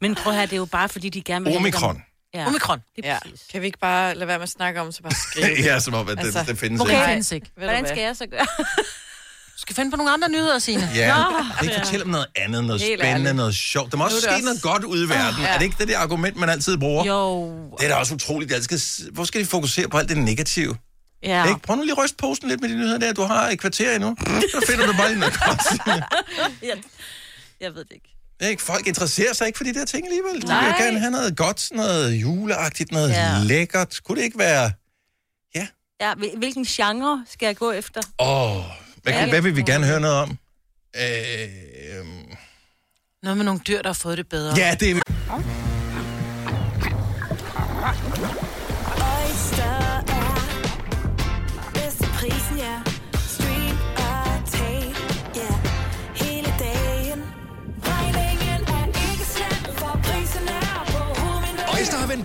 Speaker 4: Men prøv at høre, det er jo bare, fordi de gerne vil... have
Speaker 1: Omikron.
Speaker 4: dem- Ja.
Speaker 2: Omikron.
Speaker 4: Det er
Speaker 3: Ja.
Speaker 4: præcis.
Speaker 3: Kan vi ikke bare lade være med at snakke om, så bare skrive?
Speaker 1: Ja, som om, at det, altså, det findes
Speaker 2: Okay,
Speaker 1: ikke.
Speaker 2: det findes ikke.
Speaker 3: Hvordan skal
Speaker 4: jeg så gøre?
Speaker 2: Du skal finde på nogle andre nyheder, Signe.
Speaker 1: Ja, kan ikke fortælle om noget andet, noget
Speaker 3: Helt
Speaker 1: spændende,
Speaker 3: ærligt.
Speaker 1: noget sjovt. Der må
Speaker 3: Nu
Speaker 1: også
Speaker 3: er
Speaker 1: ske
Speaker 3: det også- Ah,
Speaker 1: noget godt ude i verden.
Speaker 3: ja.
Speaker 1: Er det ikke det, det argument, man altid bruger?
Speaker 4: Jo.
Speaker 1: Det er da også utroligt. Jeg skal, s- hvor skal de fokusere på alt det negative?
Speaker 4: Ja.
Speaker 1: Ja. Ikke? Prøv nu lige at ryste posen lidt med de nyheder der. Du har et kvarter endnu. Så finder du bare lige noget godt.
Speaker 4: Jeg, jeg ved det ikke.
Speaker 1: Ikke? Folk interesserer sig ikke for de der ting alligevel. De vil gerne have noget godt, sådan noget juleagtigt, noget ja.
Speaker 4: Ja.
Speaker 1: lækkert. Kunne det ikke være...
Speaker 4: Ja, hvil- hvilken genre skal jeg gå efter?
Speaker 1: Åh, oh, hvad,
Speaker 4: Ja.
Speaker 1: hvad vil vi gerne høre noget om? Øh,
Speaker 2: Noget med nogle dyr, der har fået det bedre.
Speaker 1: ja, det er...
Speaker 12: Oyster er bedst til prisen, ja. Stream og tag, ja. Hele dagen. Regningen er ikke slem, for prisen er på hovedet.
Speaker 13: Øjster har vendt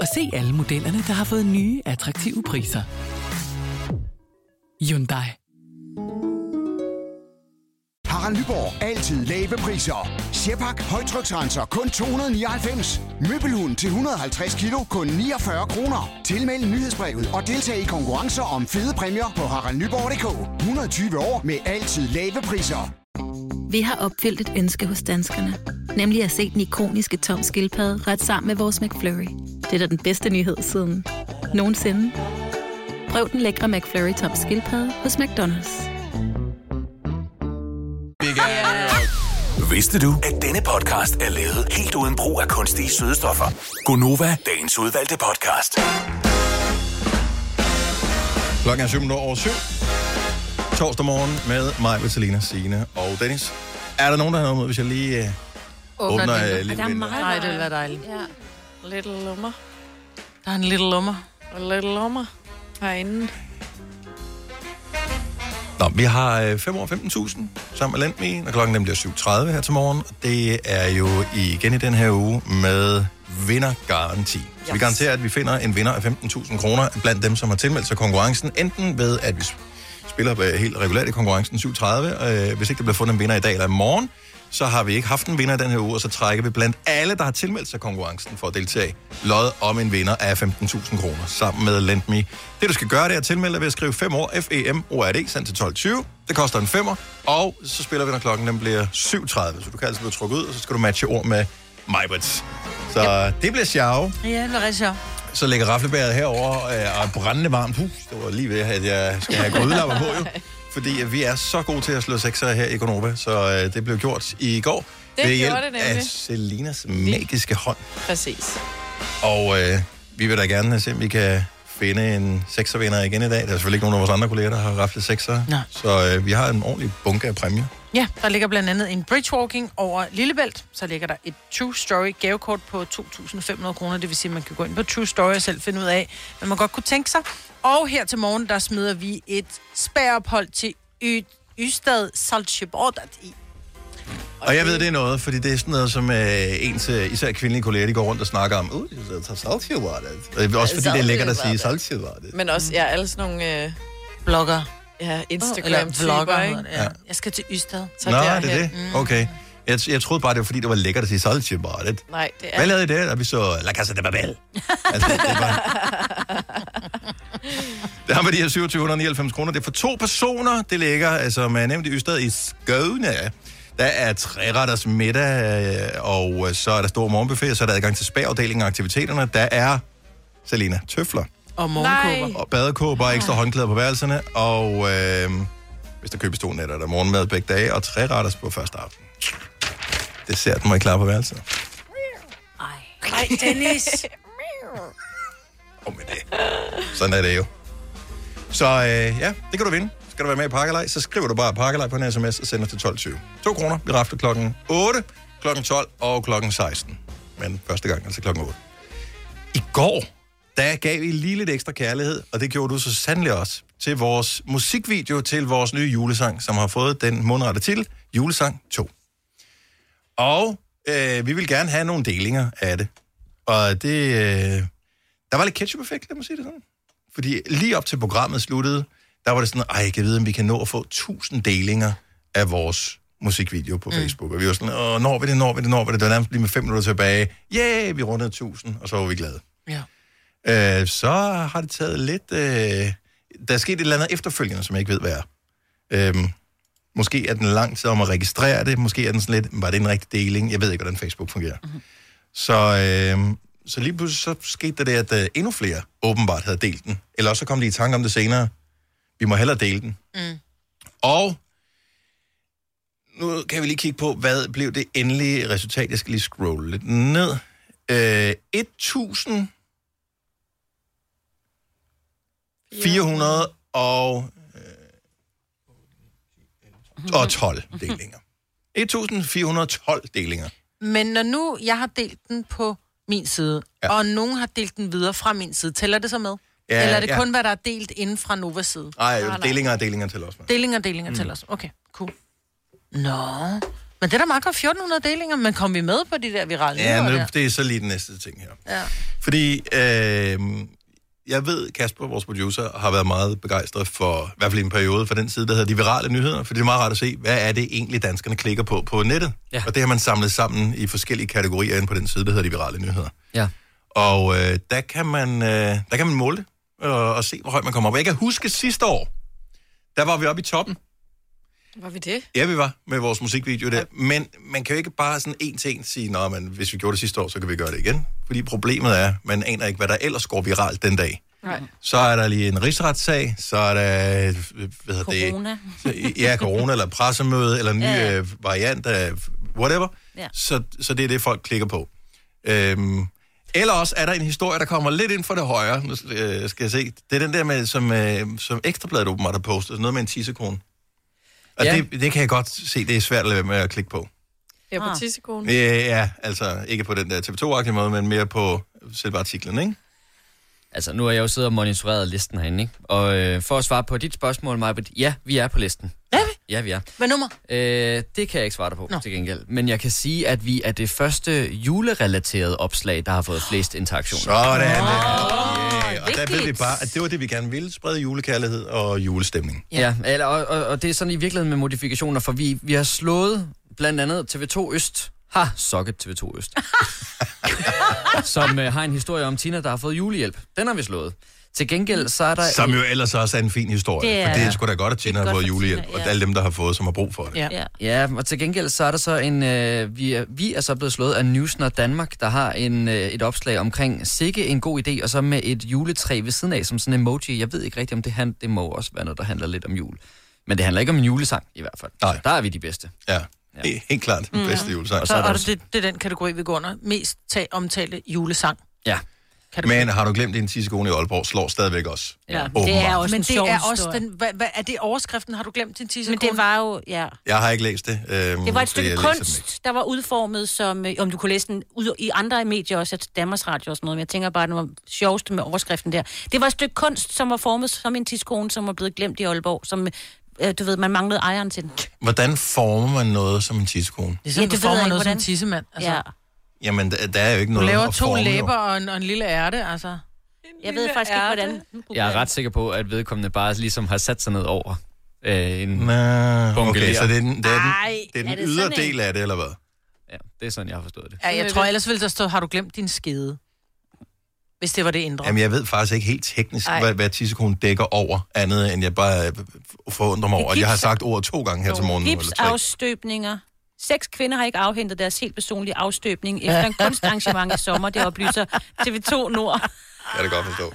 Speaker 14: og se alle modellerne, der har fået nye, attraktive priser. Hyundai.
Speaker 15: Harald Nyborg. Altid lave priser. Sjehpak. Højtryksrenser. Kun 299. Møbelhund til 150 kilo. Kun 49 kroner. Tilmeld nyhedsbrevet og deltag i konkurrencer om fede præmier på haraldnyborg.dk. 120 år med altid lave priser.
Speaker 16: Vi har opfyldt et ønske hos danskerne. Nemlig at se den ikoniske tom skildpadde ret sammen med vores McFlurry. Det er da den bedste nyhed siden nogensinde. Prøv den lækre McFlurry tom skildpadde hos McDonald's.
Speaker 17: Vidste du, at denne podcast er lavet helt uden brug af kunstige sødestoffer? Gonova, dagens udvalgte podcast.
Speaker 1: Klokken er 7 minutter over 7. Torsdag morgen med mig, Vitalina, Signe og Dennis. Er der nogen, der har noget med, hvis jeg lige... øh, Åbner Åbner jeg lige
Speaker 2: Der er
Speaker 1: vinduet.
Speaker 2: meget. Nej, det ville være dejligt.
Speaker 3: Ja. Little lummer.
Speaker 2: Der er en little lummer.
Speaker 3: A little lummer. herinde.
Speaker 1: Nå, vi har øh, 5 over 15.000 sammen med Landmien, og klokken den bliver 7.30 her til morgen. Og det er jo igen i den her uge med vindergaranti. Yes. Så vi
Speaker 18: Yes.
Speaker 1: garanterer, at vi finder en vinder af 15.000 kroner blandt dem, som har tilmeldt sig konkurrencen, enten ved, at vi spiller øh, helt regulært i konkurrencen 7.30. Øh, hvis ikke der bliver fundet en vinder i dag eller i morgen, så har vi ikke haft en vinder i den her uge, og så trækker vi blandt alle, der har tilmeldt sig konkurrencen for at deltage, lod om en vinder af 15.000 kroner sammen med LendMe. Det, du skal gøre, det er at tilmelde dig ved at skrive 5 år E FEM ORD, sendt til 12.20. Det koster en 5'er, og så spiller vi, når klokken den bliver 7.30. Så du kan altså blive trukket ud, og så skal du matche ord med Majbrits. Så det bliver sjovt
Speaker 2: Ja, det var rigtig sjovt.
Speaker 1: så ligger raflebæret herover øh, og er brændende varmt. Puh, det var lige ved, at jeg skal have grydelapper på, jo. Fordi at vi er så gode til at slå sekser her i Gonova, så øh, det blev gjort i går.
Speaker 3: Det
Speaker 1: ved
Speaker 3: gjorde
Speaker 1: hjælp
Speaker 3: det nemlig.
Speaker 1: af Selinas magiske hånd.
Speaker 3: Præcis.
Speaker 1: Og øh, vi vil da gerne se, om vi kan finde en sekservinder igen i dag. Der er selvfølgelig ikke nogen af vores andre kolleger, der har raflet sekser.
Speaker 2: Nej.
Speaker 1: Så øh, vi har en ordentlig bunke af præmier.
Speaker 2: Ja, der ligger blandt andet en bridgewalking over Lillebælt. Så ligger der et True Story gavekort på 2.500 kroner. Det vil sige, at man kan gå ind på True Story og selv finde ud af, hvad man godt kunne tænke sig. Og her til morgen, der smider vi et spærophold til y- Ystad Saltsjøbordet i.
Speaker 1: Og jeg ved, det er noget, fordi det er sådan noget, som øh, ens, øh, især kvindelige kolleger, de går rundt og snakker om. Uh, det er saltjøvartet. Også fordi det er lækkert at sige saltjøvartet.
Speaker 3: Men også, ja, alle sådan nogle... Øh,
Speaker 2: Blogger.
Speaker 3: Ja,
Speaker 2: Eller
Speaker 3: Instagram-typer,
Speaker 2: vlogger,
Speaker 3: ikke?
Speaker 2: hedder det, ja. Jeg skal til Ystad.
Speaker 1: Nå, er det det? Okay. Jeg, jeg troede bare, det var fordi, det var lækkert at sige saltjøvartet.
Speaker 3: Nej, det er...
Speaker 1: Hvad lavede I der, da vi så La Casa de Altså, Babel? Der har vi de her 2799 kroner. Det er for to personer. Det ligger, altså, som er nævnt i Ystad i Skåne. Der er treretters middag, øh, og øh, så er der stor morgenbuffet, og så er der adgang til spagafdelingen og aktiviteterne. Der er Selina Tøfler
Speaker 2: Og morgenkåber.
Speaker 1: og badekåber og ekstra håndklæder på værelserne, og øh, hvis der købes to nætter, er der morgenmad begge dage, og tre retters på første aften. Desserten må I klare på værelset.
Speaker 2: Nej, Dennis.
Speaker 1: Sådan er det jo. Så øh, ja, det kan du vinde. Skal du være med i pakkelej, så skriver du bare pakkelej på en sms og sender til 12.20. 2 kroner. Vi rafter klokken 8, klokken 12 og klokken 16. Men første gang, altså klokken 8. I går, der gav vi lige lidt ekstra kærlighed, og det gjorde du så sandelig også, til vores musikvideo til vores nye julesang, som har fået den mundrette titel, Julesang 2. Og øh, vi vil gerne have nogle delinger af det. Og det... Øh, der var lidt ketchup-effekt, lad mig sige det sådan. Fordi lige op til programmet sluttede, der var det sådan, ej, jeg kan vide, om vi kan nå at få 1000 delinger af vores musikvideo på Facebook. Og vi var sådan, Åh, når vi det, når vi det, når vi det. Det var nærmest lige med fem minutter tilbage. Yeah, vi rundede 1000, og så var vi glade. Øh, så har det taget lidt... Øh, der er sket et eller andet efterfølgende, som jeg ikke ved, hvad er. Øhm, måske er den lang tid om at registrere det. Måske er den sådan lidt, var det en rigtig deling? Jeg ved ikke, hvordan Facebook fungerer. Mm-hmm. Så, øh, så lige pludselig så skete der det, at øh, endnu flere åbenbart havde delt den. Eller også så kom de i tanke om det senere. Vi må hellere dele den.
Speaker 2: Mm.
Speaker 1: Og nu kan vi lige kigge på, hvad blev det endelige resultat? Jeg skal lige scrolle lidt ned. Øh, 1000 400 og, øh, og 12 delinger. Mhm. 1412 delinger.
Speaker 2: Men når nu jeg har delt den på min side, ja. og nogen har delt den videre fra min side, tæller det så med?
Speaker 1: Ja,
Speaker 2: Ja, Eller er det
Speaker 1: ja.
Speaker 2: kun, hvad der er delt inden fra Novas side?
Speaker 1: Nej, delinger og delinger til os.
Speaker 2: Delinger, delinger mm.
Speaker 1: Mm.
Speaker 2: til os. Okay, cool. Nå. Men det er da meget godt, 1400 delinger, men kom vi med på de der virale
Speaker 1: Ja,
Speaker 2: nyheder
Speaker 1: nu,
Speaker 2: der?
Speaker 1: det er så lige den næste ting her.
Speaker 2: Ja.
Speaker 1: Fordi øh, jeg ved, Kasper, vores producer, har været meget begejstret for, i hvert fald i en periode, for den side, der hedder de virale nyheder, for det er meget rart at se, hvad er det egentlig, danskerne klikker på på nettet. Ja. Og det har man samlet sammen i forskellige kategorier inde på den side, der hedder de virale nyheder.
Speaker 5: Ja.
Speaker 1: Og øh, der, kan man, øh, der kan man måle det, og, og se, hvor højt man kommer op. Jeg kan huske sidste år, der var vi oppe i toppen.
Speaker 3: Var vi det?
Speaker 1: Ja, vi var med vores musikvideo der. Men man kan jo ikke bare sådan en til en sige, at hvis vi gjorde det sidste år, så kan vi gøre det igen. Fordi problemet er, man aner ikke, hvad der ellers går viralt den dag.
Speaker 12: Nej.
Speaker 1: Så er der lige en rigsretssag, så er der... øh, Hvad hedder
Speaker 12: Corona.
Speaker 1: Det? Ja, corona, eller pressemøde, eller en ny
Speaker 12: Ja,
Speaker 1: ja,
Speaker 12: ja.
Speaker 1: ja. variant af whatever.
Speaker 12: Ja.
Speaker 1: Ja. Så, så det er det, folk klikker på. Øhm, eller også er der en historie, der kommer lidt ind for det højre. Nu øh, skal jeg se. Det er den der, med, som, øh, som Ekstrabladet åbenbart har postet. Noget med en tissekone. Og ja. det, det kan jeg godt se, det er svært at lade være med at klikke på.
Speaker 3: Ja,
Speaker 2: Ah.
Speaker 3: på tissekonen.
Speaker 1: Ja, ja, altså ikke på den der TV2-agtige måde, men mere på selve artiklen, ikke?
Speaker 5: Altså, nu har jeg jo siddet og monitoreret listen herinde, ikke? Og øh, for at svare på dit spørgsmål, Marbet, ja, vi er på listen.
Speaker 2: Er vi?
Speaker 5: Ja, vi er.
Speaker 2: Hvad nummer?
Speaker 5: Øh, det kan jeg ikke svare dig på,
Speaker 2: Nå.
Speaker 5: Nå. til gengæld. Men jeg kan sige, at vi er det første julerelaterede opslag, der har fået flest interaktioner.
Speaker 1: Sådan. Yeah. Og der ved vi bare, at det var det, vi gerne ville. Sprede julekærlighed og julestemning.
Speaker 5: Ja, ja eller, og, og, og det er sådan i virkeligheden med modifikationer, for vi, vi har slået blandt andet TV2 Øst. Ha, socket TV2 Øst. som øh, har en historie om Tina, der har fået julehjælp. Den har vi slået. Til gengæld, så er der...
Speaker 1: Som jo ellers også er en fin historie.
Speaker 5: Det
Speaker 1: Det
Speaker 5: er
Speaker 1: er, for det er
Speaker 5: det.
Speaker 1: sgu da godt, at Tina
Speaker 5: Det er
Speaker 1: har
Speaker 5: godt
Speaker 1: fået
Speaker 5: for
Speaker 1: julehjælp,
Speaker 5: Tina,
Speaker 1: og
Speaker 5: ja.
Speaker 1: alle dem, der har fået, som har brug for det.
Speaker 5: Ja. ja, og til gengæld så er der så en... Øh, vi, er, vi er så blevet slået af Newsner Danmark, der har en, øh, et opslag omkring sikke en god idé, og så med et juletræ ved siden af som sådan en emoji. Jeg ved ikke rigtigt, om det, han, det må også være noget, der handler lidt om jul. Men det handler ikke om en julesang, i hvert fald. Nej. Der er vi de bedste.
Speaker 1: Ja, ja. helt klart den bedste julesang.
Speaker 5: Og
Speaker 2: Så
Speaker 5: så er
Speaker 2: og
Speaker 5: der,
Speaker 2: det, det er den kategori, vi går under. Mest tag, omtalte julesang.
Speaker 5: ja.
Speaker 1: Men har du glemt din tidskone i Aalborg, slår stadigvæk også. Åbenbart.
Speaker 2: Men
Speaker 4: en
Speaker 2: det
Speaker 4: sjov
Speaker 2: er også
Speaker 4: historie.
Speaker 2: den... Hvad, hvad, er det overskriften? Har du glemt din tisse?
Speaker 4: Men det var jo, ja.
Speaker 1: Jeg har ikke læst det. Øhm,
Speaker 4: Det var et
Speaker 1: fordi
Speaker 4: stykke
Speaker 1: jeg læser dem
Speaker 4: kunst, der var udformet som, øh, om du kunne læse den ud i andre medier også, at Danmarks Radio og sådan noget, men jeg tænker bare, at den var sjovest med overskriften der. Det var et stykke kunst, som var formet som en tidskone, som var blevet glemt i Aalborg, som, øh, du ved, man manglede ejeren til den.
Speaker 1: ikke. Hvordan former man noget som en tidskone?
Speaker 2: Ligesom
Speaker 4: Ja,
Speaker 2: ja,
Speaker 4: det
Speaker 2: du får
Speaker 4: ved jeg
Speaker 2: mig
Speaker 4: ikke,
Speaker 2: noget som
Speaker 4: hvordan.
Speaker 2: en tissemand. Altså,
Speaker 4: Ja.
Speaker 1: Jamen, der, der er jo ikke
Speaker 2: Du
Speaker 1: noget
Speaker 2: laver
Speaker 1: at
Speaker 2: to
Speaker 1: forme, jo.
Speaker 2: læber og en, og en lille ærte, altså.
Speaker 4: Jeg ved faktisk ikke, hvordan...
Speaker 5: Jeg er ret sikker på, at vedkommende bare ligesom har sat sig ned over øh, en
Speaker 1: Mm. Nå,
Speaker 5: bunke
Speaker 1: okay,
Speaker 5: ler.
Speaker 1: så det er den, det er den,
Speaker 2: Ej,
Speaker 1: det er
Speaker 2: er
Speaker 1: den
Speaker 2: det
Speaker 1: ydre
Speaker 2: sådan en?
Speaker 1: del af det, eller hvad?
Speaker 5: Ja, det er sådan, jeg har forstået det.
Speaker 2: Ja, jeg tror ellers ville der stå, har du glemt din skede? Hvis det var det indre.
Speaker 1: Jamen, jeg ved faktisk ikke helt teknisk,
Speaker 2: Ej.
Speaker 1: hvad, hvad tissekonen dækker over, andet end jeg bare øh, forundrer mig over, at jeg har sagt ordet to gange her til morgen. nu, eller tre.
Speaker 4: Gipsafstøbninger. Seks kvinder har ikke afhentet deres helt personlige afstøbning efter en kunstarrangement i sommer, det oplyser TV2 Nord.
Speaker 1: Ja, det kan jeg godt forstå.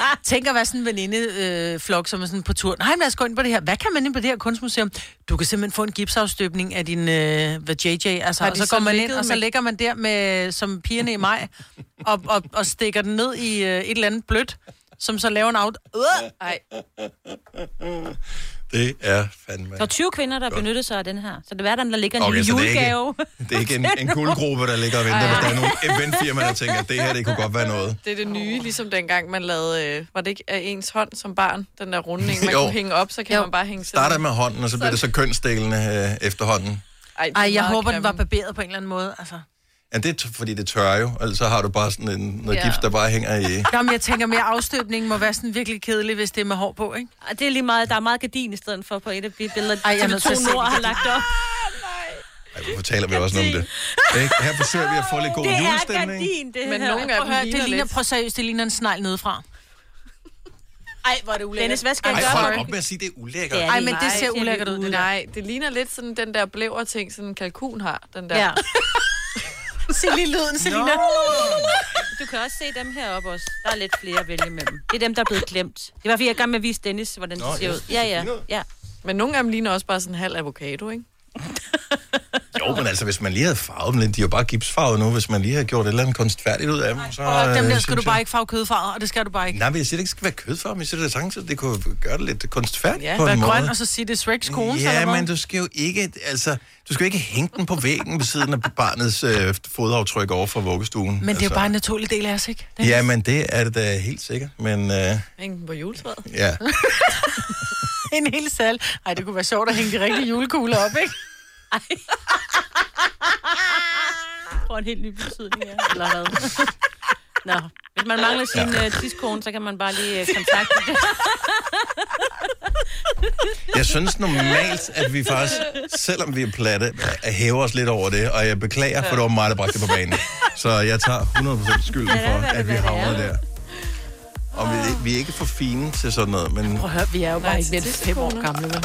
Speaker 2: Ah, Tænk at være sådan en venindeflok, øh, som er sådan på tur. Nej, men lad os gå ind på det her. Hvad kan man ind på det her kunstmuseum? Du kan simpelthen få en gipsafstøbning af din øh, hvad JJ. Altså,
Speaker 3: Har
Speaker 2: og
Speaker 3: de
Speaker 2: så
Speaker 3: så
Speaker 2: går man ind,
Speaker 3: ligget
Speaker 2: og så
Speaker 3: med-
Speaker 2: ligger man der med, som pigerne i maj, og, og, og stikker den ned i øh, et eller andet blødt, som så laver en out. Øh! Ej.
Speaker 1: Det er fandme...
Speaker 4: Der er 20 kvinder, der benyttede sig af den her. Så det var der, der ligger en
Speaker 1: Okay,
Speaker 4: okay,
Speaker 1: så det er ikke-
Speaker 4: julegave.
Speaker 1: Det er ikke en, en guldgruppe, der ligger og venter, hvis der er nogle eventfirmaer, der tænker, at det her, det kunne godt være noget.
Speaker 3: Det er det nye, ligesom dengang man lavede, øh, var det ikke af ens hånd som barn, den der runding, man
Speaker 1: Jo.
Speaker 3: kunne hænge op, så kan man bare hænge sig.
Speaker 1: Starter med hånden, og så bliver det så kønsdelene øh, efterhånden.
Speaker 3: Ej,
Speaker 2: Ej, jeg håber, den var barberet på en eller anden måde. Altså.
Speaker 1: Ja, det er t- fordi, det tørrer jo, og så har du bare sådan en, noget
Speaker 2: Ja.
Speaker 1: gips, der bare hænger i...
Speaker 2: Jamen, jeg tænker mere, afstøbningen må være sådan virkelig kedelig, hvis det er med hår på, ikke?
Speaker 4: Og det er lige meget, der er meget gardin i stedet for på et af de billeder,
Speaker 2: Ej, jeg er nødt til at se
Speaker 4: TV2 Nord
Speaker 2: det.
Speaker 4: har lagt op.
Speaker 1: Ej, hvorfor taler vi også noget om det? Ikke? Her forsøger vi at få lidt god julestemning.
Speaker 4: det
Speaker 3: Men
Speaker 4: her.
Speaker 3: nogle af
Speaker 2: Prøv
Speaker 3: dem
Speaker 2: at høre,
Speaker 3: ligner
Speaker 2: det ligner,
Speaker 3: lidt.
Speaker 2: prøv seriøst, det ligner en snegl nedefra. Ej, hvor er det ulækkert.
Speaker 4: Dennis, hvad skal
Speaker 1: Ej,
Speaker 4: jeg gøre?
Speaker 1: hold op med at sige, det er ulækkert.
Speaker 2: Ej, men det ser
Speaker 3: Nej,
Speaker 2: ulækkert ud, det der.
Speaker 3: Nej, det ligner lidt sådan den der blæver ting, sådan en kalkun har, den der.
Speaker 4: Ja.
Speaker 3: Ja.
Speaker 2: Se lige lyden, Selina.
Speaker 4: Du kan også se dem heroppe også. Der er lidt flere at vælge mellem. Det er dem, der er blevet glemt. Det var, fordi jeg er i gang med at vise Dennis, hvordan
Speaker 3: Nå,
Speaker 4: det ser
Speaker 3: ja.
Speaker 4: ud. Ja, ja, ja.
Speaker 3: Men nogle af dem ligner også bare sådan en halv avocado, ikke?
Speaker 1: Jo, men altså, hvis man lige havde farvet dem lidt, de er jo bare gipsfarvet nu, hvis man lige havde gjort et eller andet kunstfærdigt ud af dem, så...
Speaker 2: Og dem
Speaker 1: øh,
Speaker 2: der
Speaker 1: synes
Speaker 2: skal du
Speaker 1: jeg-
Speaker 2: bare ikke farve kødfarvet, og det skal du bare ikke.
Speaker 1: Nej, men jeg siger, det ikke skal være kødfarvet, men jeg siger, det er samtidig, det kunne gøre det lidt kunstfærdigt
Speaker 2: Ja,
Speaker 1: på en
Speaker 2: vær
Speaker 1: måde.
Speaker 2: grøn, og så sige, det er Shreks kone, så
Speaker 1: Ja,
Speaker 2: eller
Speaker 1: men du skal jo ikke, altså, du skal jo ikke hænge den på væggen ved siden af barnets øh, fodaftryk over fra vuggestuen.
Speaker 2: Men det er
Speaker 1: altså.
Speaker 2: jo bare en naturlig del af os, ikke?
Speaker 1: Ja, men det er det da helt sikkert, men øh,
Speaker 3: Hænge den på juletræet.
Speaker 1: ja.
Speaker 2: en hel sal. Ej, det kunne være sjovt at hænge de rigtige julekugler op, ikke?
Speaker 4: Får en helt ny betydning, ja. Eller hvad? Nå, hvis man mangler sin ja. tidskone, så kan man bare lige øh, kontakte det.
Speaker 1: Jeg synes normalt, at vi faktisk, selvom vi er platte, øh, hæver os lidt over det, og jeg beklager, for det var mig, der bragte det på banen. Så jeg tager 100% skylden for, at vi havner der. Og vi, vi er ikke for fine til sådan noget, men...
Speaker 2: Prøv at høre, vi er jo bare ikke lidt fem år gamle, vel?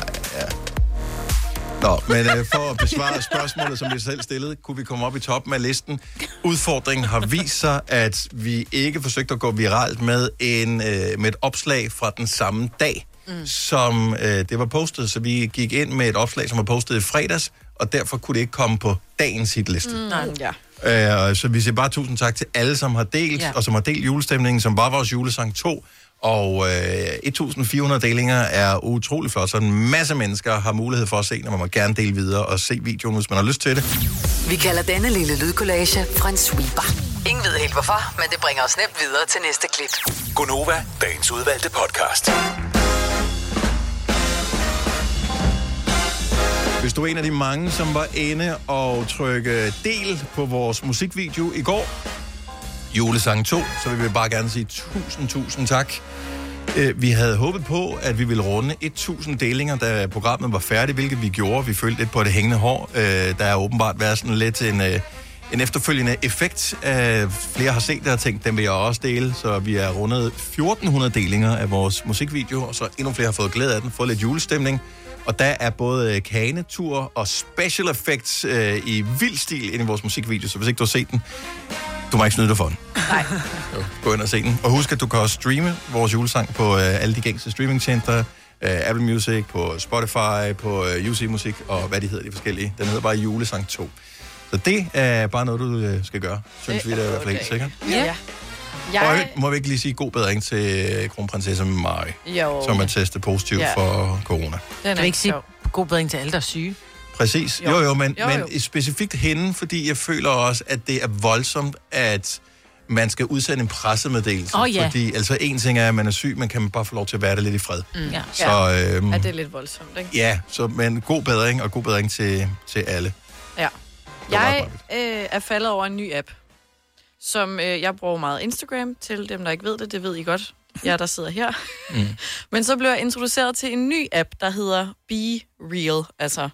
Speaker 1: Nå, men øh, for at besvare spørgsmålet, som vi selv stillede, kunne vi komme op i toppen af listen. Udfordringen har vist sig, at vi ikke forsøgte at gå viralt med, en, øh, med et opslag fra den samme dag, mm. som øh, det var postet. Så vi gik ind med et opslag, som var postet i fredags, og derfor kunne det ikke komme på dagens hitliste. Mm.
Speaker 3: Nej. Ja.
Speaker 1: Øh, så vi siger bare tusind tak til alle, som har delt,
Speaker 3: Ja.
Speaker 1: ja. og som har delt julestemningen, som var vores julesang 2. Og øh, 1.400 delinger er utrolig flot, så en masse mennesker har mulighed for at se, når man må gerne dele videre og se videoen, hvis man har lyst til det.
Speaker 6: Vi kalder denne lille lydkollage Frans sweeper. Ingen ved helt hvorfor, men det bringer os nemt videre til næste klip.
Speaker 17: Gunova, dagens udvalgte podcast.
Speaker 1: Hvis du er en af de mange, som var inde og trykke del på vores musikvideo i går, julesang 2, så vil vi bare gerne sige tusind, tusind tak. Øh, Vi havde håbet på, at vi ville runde 1000 delinger, da programmet var færdigt, hvilket vi gjorde. Vi følte lidt på det hængende hår. Øh, Der er åbenbart været sådan lidt en, øh, en efterfølgende effekt. Øh, Flere har set det og tænkt, den vil jeg også dele. Så vi er rundet 1400 delinger af vores musikvideo, og så endnu flere har fået glæde af den, fået lidt julestemning. Og der er både øh, kagenetur og special effects øh, i vild stil inde i vores musikvideo, så hvis ikke du har set den, du må ikke snyde dig for den.
Speaker 12: Nej.
Speaker 1: Gå ind og se den. Og husk, at du kan også streame vores julesang på øh, alle de gængse streamingtjenester. Øh, Apple Music, på Spotify, på øh, UC Musik og hvad de hedder de forskellige. Den hedder bare Julesang 2. Så det er bare noget, du øh, skal gøre. Synes vi da i hvert fald helt sikkert.
Speaker 3: Ja.
Speaker 1: Og
Speaker 3: Jeg...
Speaker 1: øh, må vi ikke lige sige god bedring til øh, kronprinsesse Mary,
Speaker 3: Jo.
Speaker 1: som er testet positiv
Speaker 2: Ja.
Speaker 1: for corona.
Speaker 2: Den er ikke sige god bedring til alle, der er syge.
Speaker 1: Præcis. Jo,
Speaker 2: Jo.
Speaker 1: jo, jo men,
Speaker 2: Jo,
Speaker 1: jo,
Speaker 2: jo.
Speaker 1: jo. men specifikt hende, fordi jeg føler også, at det er voldsomt, at man skal udsende en pressemeddelelse.
Speaker 3: Åh, ja.
Speaker 1: Fordi altså, en ting er, at man er syg, man kan bare få lov til at være der lidt i fred.
Speaker 3: Mm. Ja.
Speaker 1: Så,
Speaker 3: ja.
Speaker 1: øhm,
Speaker 3: ja, det er lidt voldsomt, ikke?
Speaker 1: Ja, så, men god bedring, og god bedring til, til alle.
Speaker 3: Ja. Jeg øh, er faldet over en ny app, som øh, jeg bruger meget Instagram til. Dem, der ikke ved det, det ved I godt. Jeg, der sidder her.
Speaker 12: Mm.
Speaker 3: Men så blev jeg introduceret til en ny app, der hedder Be Real. Altså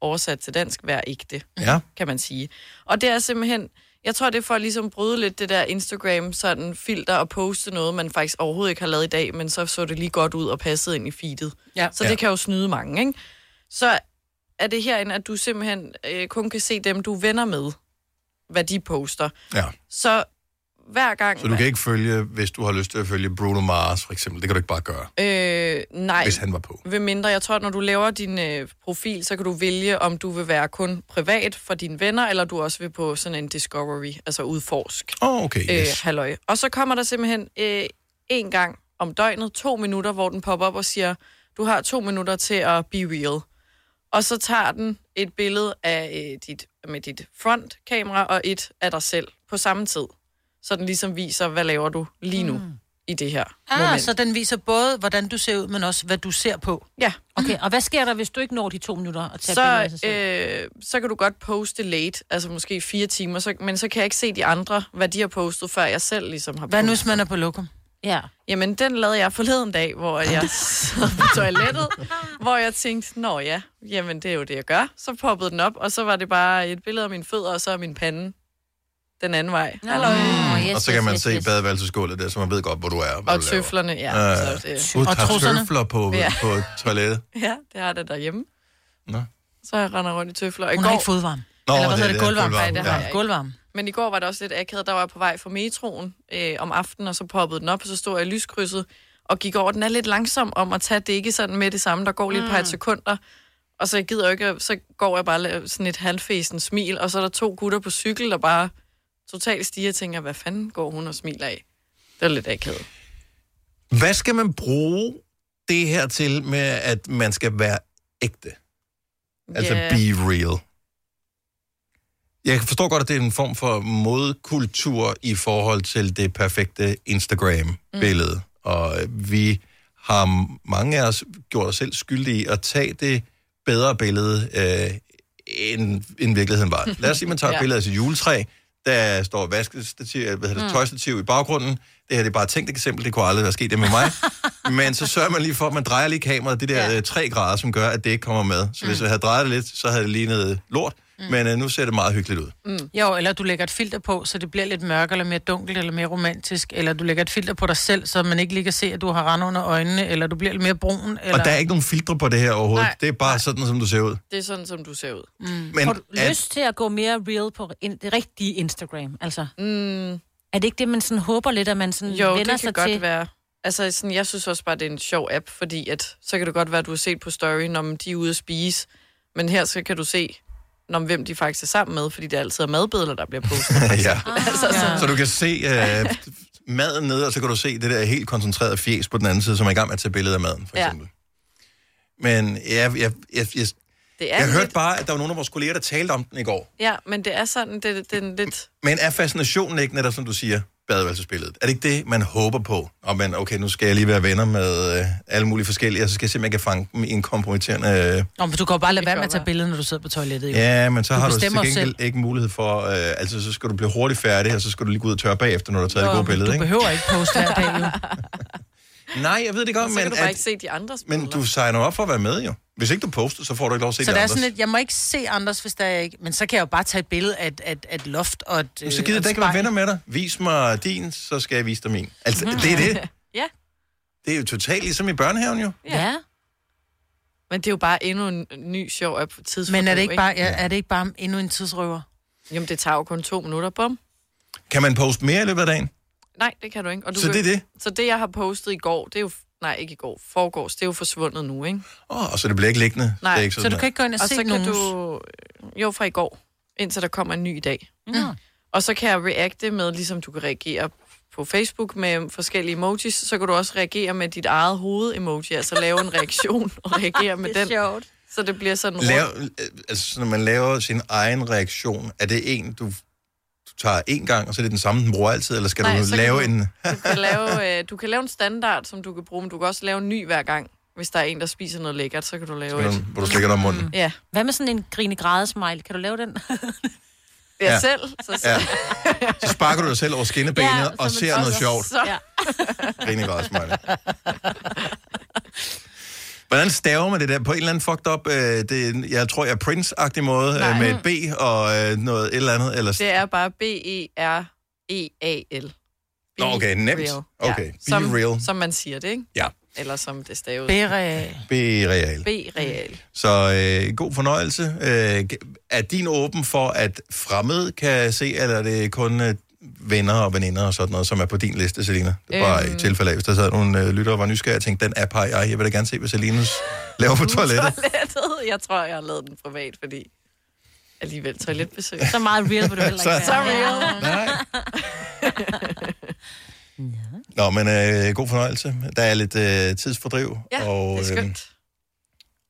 Speaker 3: oversat til dansk, vær ægte,
Speaker 1: Ja.
Speaker 3: kan man sige. Og det er simpelthen... Jeg tror, det er for at ligesom bryde lidt det der Instagram sådan filter og poste noget, man faktisk overhovedet ikke har lavet i dag, men så så det lige godt ud og passede ind i feedet.
Speaker 2: Ja.
Speaker 3: Så det
Speaker 2: Ja.
Speaker 3: kan jo snyde mange, ikke? Så er det herinde, at du simpelthen øh, kun kan se dem, du er venner med, hvad de poster.
Speaker 1: Ja.
Speaker 3: Så hver gang...
Speaker 1: Så du kan ikke følge, hvis du har lyst til at følge Bruno Mars, for eksempel. Det kan du ikke bare gøre,
Speaker 3: Øh, nej.
Speaker 1: hvis han var på.
Speaker 3: Ved mindre, jeg tror, når du laver din øh, profil, så kan du vælge, om du vil være kun privat for dine venner, eller du også vil på sådan en discovery, altså udforsk.
Speaker 1: Åh, oh, okay, yes.
Speaker 3: Øh, halløj. Og så kommer der simpelthen øh, en gang om døgnet, to minutter, hvor den popper op og siger, du har to minutter til at be real. Og så tager den et billede af øh, dit, med dit frontkamera og et af dig selv på samme tid. Så den ligesom viser, hvad laver du lige nu mm. i det her
Speaker 2: Ah,
Speaker 3: moment.
Speaker 2: så den viser både, hvordan du ser ud, men også, hvad du ser på.
Speaker 3: Ja.
Speaker 2: Okay, og hvad sker der,
Speaker 4: Hvis du ikke når de to minutter og tager billeder af sig
Speaker 3: så,
Speaker 4: selv.
Speaker 3: øh, så kan du godt poste late, altså måske fire timer, så, men så kan jeg ikke se de andre, hvad de har postet, før jeg selv ligesom har
Speaker 2: Hvad nu,
Speaker 3: postet.
Speaker 2: hvis man er på lokum? Mm.
Speaker 4: Ja.
Speaker 3: Jamen, den lavede jeg forleden dag, hvor jeg sad på toilettet, hvor jeg tænkte, nå ja, jamen det er jo det, jeg gør. Så poppede den op, og så var det bare et billede af mine fødder, og så af min pande den anden vej. Hallo.
Speaker 1: Yes, og så kan man yes, se yes. badeværelsesgulvet der, så man ved godt, hvor du er. Hvad
Speaker 3: Og
Speaker 1: du laver.
Speaker 3: tøflerne, ja,
Speaker 1: Øh,
Speaker 3: så det-
Speaker 1: uh,
Speaker 3: Og
Speaker 1: og
Speaker 3: trusserne.
Speaker 1: tøfler på,
Speaker 3: Ja.
Speaker 1: ja. på toilettet.
Speaker 3: Ja, det har det derhjemme.
Speaker 1: Nå.
Speaker 3: Så jeg render rundt i tøfler. Og i
Speaker 2: Hun
Speaker 3: går...
Speaker 2: har ikke fodvarme.
Speaker 1: Nå,
Speaker 2: Eller hvad
Speaker 1: det-
Speaker 2: hedder det?
Speaker 1: det er
Speaker 2: Gulvvarme.
Speaker 1: gulvvarme,
Speaker 2: Nej, det
Speaker 1: ja.
Speaker 2: har jeg ikke. Gulvvarme.
Speaker 3: Men i går var det også lidt akavet, der var jeg på vej fra metroen øh, om aftenen, og så poppede den op, og så stod jeg i lyskrydset og gik over. Den er lidt langsom om at tage, det er ikke sådan med det samme, der går lige et par
Speaker 2: Mm.
Speaker 3: sekunder. Og så jeg gider jo ikke, at- så går jeg bare og laver sådan et halvfæsen smil, og så er der to gutter på cykel, der bare totalt stiger og tænker, hvad fanden går hun og smiler af? Det er lidt akavet.
Speaker 1: Hvad skal man bruge det her til med, at man skal være ægte? Altså
Speaker 3: Ja.
Speaker 1: yeah. be real. Jeg forstår godt, at det er en form for modkultur i forhold til det perfekte Instagram-billede. Mm. Og øh, vi har m- mange af os gjort os selv skyldige i at tage det bedre billede, øh, end, end virkeligheden var. Lad os sige, at man tager et
Speaker 13: Ja.
Speaker 1: billede af sit juletræ, der står vaskestativ, øh, hvad hedder det,
Speaker 13: Mm.
Speaker 1: tøjstativ i baggrunden. Det her det er bare et tænkt eksempel, det kunne aldrig være sket det med mig. Men så sørger man lige for, at man drejer lige kameraet, det der ja. 3 grader, som gør, at det ikke kommer med. Så hvis jeg havde drejet det lidt, så havde det lignet lort. Mm. Men øh, nu ser det meget hyggeligt ud.
Speaker 2: Mm. Jo, eller du lægger et filter på, så det bliver lidt mørkere, eller mere dunkelt, eller mere romantisk. Eller du lægger et filter på dig selv, så man ikke lige kan se, at du har rand under øjnene, eller du bliver lidt mere brun. Eller...
Speaker 1: Eller... Og der er ikke nogen filtre på det her overhovedet.
Speaker 2: Nej.
Speaker 1: Nej. Det er bare sådan, som du ser ud.
Speaker 3: Det er sådan, som du ser ud.
Speaker 4: Mm.
Speaker 1: Men
Speaker 4: Men Får du
Speaker 1: at-
Speaker 4: lyst til at gå mere real på in- det rigtige Instagram? Altså,
Speaker 3: mm.
Speaker 4: Er det ikke det, man sådan håber lidt, at man sådan
Speaker 3: Jo,
Speaker 4: vender
Speaker 3: det kan
Speaker 4: sig
Speaker 3: godt
Speaker 4: til?
Speaker 3: være. Altså, sådan, jeg synes også bare, det er en sjov app, fordi at, så kan det godt være, at du har set på story, når man- de er ude at spise, men her så kan du se, når, hvem de faktisk er sammen med, fordi det altid er madbilleder, der bliver postet.
Speaker 1: ja.
Speaker 3: altså,
Speaker 1: Så du kan se øh, maden nede, og så kan du se det der helt koncentrerede fjes på den anden side, som er i gang med at tage billeder af maden.
Speaker 3: ja.
Speaker 1: Men ja, jeg, jeg, jeg,
Speaker 3: Det er
Speaker 1: Jeg
Speaker 3: lidt,
Speaker 1: hørte bare, at der var nogle af vores kolleger, der talte om den i går.
Speaker 3: Ja, men det er sådan, det, det er lidt...
Speaker 1: Men er fascinationen ikke netop, som du siger, badeværelsesbilledet? Er det ikke det, man håber på? Og man, okay, nu skal jeg lige være venner med øh, alle mulige forskellige, og så skal jeg se, om jeg kan fange dem i en kompromitterende...
Speaker 2: Nå, men du kan jo bare lade være med at tage billeder, når du sidder på toilettet.
Speaker 1: Øh...
Speaker 2: jo.
Speaker 1: Ja, men så har du til
Speaker 2: bestemmer
Speaker 1: gengæld
Speaker 2: selv.
Speaker 1: selv. ikke mulighed for... Øh, altså, så skal du blive hurtigt færdig, og så skal du lige gå ud og tørre bagefter, når du har taget
Speaker 2: Nå,
Speaker 1: et godt
Speaker 2: men
Speaker 1: billede,
Speaker 2: du
Speaker 1: ikke?
Speaker 2: behøver ikke poste hver dag, jo.
Speaker 1: Nej, jeg ved det godt,
Speaker 3: Så kan
Speaker 1: men,
Speaker 3: du bare
Speaker 1: at,
Speaker 3: ikke se de andres
Speaker 1: men du signer op for at være med, jo. Hvis ikke du poster, så får du ikke lov at se
Speaker 2: Så
Speaker 1: det
Speaker 2: der er
Speaker 1: andres.
Speaker 2: sådan lidt, jeg må ikke se Anders, hvis der er ikke... Men så kan jeg jo bare tage et billede af et, af et, af et loft og et...
Speaker 1: Jamen, Så gider jeg
Speaker 3: øh,
Speaker 1: da ikke være venner med dig. Vis mig din, så skal jeg vise dig min. Altså,
Speaker 2: Mhm.
Speaker 1: det er det.
Speaker 3: Ja.
Speaker 1: Det er jo totalt ligesom i børnehaven, jo.
Speaker 3: Ja. ja. Men det er jo bare endnu en ny sjov app tidsfordriv,
Speaker 2: Men er det ikke bare, ja, er det ikke bare endnu en tidsrøver?
Speaker 3: Jamen, det tager jo kun to minutter, bum.
Speaker 1: Kan man poste mere i løbet af dagen?
Speaker 3: Nej, det kan du ikke. Og du
Speaker 1: Så
Speaker 3: kan-
Speaker 1: det er det?
Speaker 3: Så det, jeg har postet i går, det er jo... Nej, ikke i går. Forgårs, det er jo forsvundet nu, ikke?
Speaker 1: Åh, og så det bliver ikke liggende.
Speaker 3: Nej,
Speaker 1: det er ikke sådan her.
Speaker 3: og så kan du... Jo, fra i går, indtil der kommer en ny i dag. Mm. Og så kan jeg reagere med, ligesom du kan reagere på Facebook med forskellige emojis, så kan du også reagere med dit eget hoved-emoji, altså lave en reaktion og reagere med den. Sjovt. Så det bliver sådan rundt.
Speaker 1: Lav, øh, altså, når man laver sin egen reaktion, er det en, du, du tager en gang, og så er det den samme, den bruger altid, eller skal
Speaker 3: Nej,
Speaker 1: Nej,
Speaker 3: så
Speaker 1: du
Speaker 3: kan
Speaker 1: lave
Speaker 3: du-
Speaker 1: en...
Speaker 3: Du kan, lave, øh, du kan lave en standard, som du kan bruge, men du kan også lave en ny hver gang. Hvis der er en, der spiser noget lækkert, så kan du lave et.
Speaker 1: Hvor du slikker dig om munden.
Speaker 3: Ja.
Speaker 4: Hvad med sådan en grine græde smile? Kan du lave den?
Speaker 1: Ja, Ja. selv,
Speaker 3: Så,
Speaker 1: Ja. Så sparker du dig selv over skinnebenet ja, og ser noget sjovt.
Speaker 4: Ja.
Speaker 1: Griner bare smiley. Hvordan staver man det der? På en eller anden fucked up, øh, det, jeg tror, jeg er Prince-agtig måde,
Speaker 3: Nej.
Speaker 1: øh, med et B og øh, noget et eller andet. Eller,
Speaker 3: Det er bare E B-E-R-E-A-L.
Speaker 1: Nå, okay, nemt.
Speaker 3: Real.
Speaker 1: Okay, be
Speaker 3: som,
Speaker 1: real.
Speaker 3: Som man siger det, ikke?
Speaker 1: Ja.
Speaker 3: Eller som det staves.
Speaker 2: B-real.
Speaker 1: B-real.
Speaker 3: B-real.
Speaker 1: Så øh, god fornøjelse. Øh, g- er din åben for, at fremmede kan se, eller er det kun øh, venner og veninder og sådan noget, som er på din liste, Selina? Det er bare øhm. i tilfælde af, hvis der sad nogle øh, lyttere og var nysgerrige og tænkte, den app har jeg, jeg vil da gerne se, hvad Selinas laver på toilettet.
Speaker 3: Toilettet. Jeg tror, jeg har lavet den privat, fordi alligevel toiletbesøg.
Speaker 4: Så meget real vil du heller ikke være.
Speaker 3: Så real.
Speaker 1: Nej. Nå, men øh, god fornøjelse. Der er lidt øh, tidsfordriv.
Speaker 3: Ja,
Speaker 1: og, øh,
Speaker 3: det er skønt.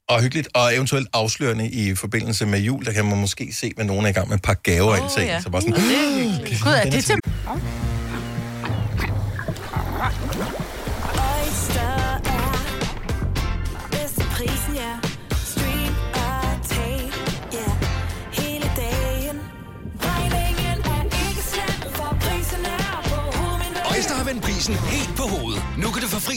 Speaker 1: og hyggeligt, og eventuelt afslørende i forbindelse med jul, der kan man måske se, hvad nogen er i gang med at pakke gaver oh, ind til. Ja. Så bare sådan,
Speaker 2: Uh, det er hyggeligt. Gud, er det til...
Speaker 12: Oyster er bedst til prisen, ja. Stream og tag, ja. Hele dagen. Regningen er ikke slem, for prisen er på hovedet.
Speaker 13: Øjster har vendt prisen helt på hovedet. Nu kan du få fri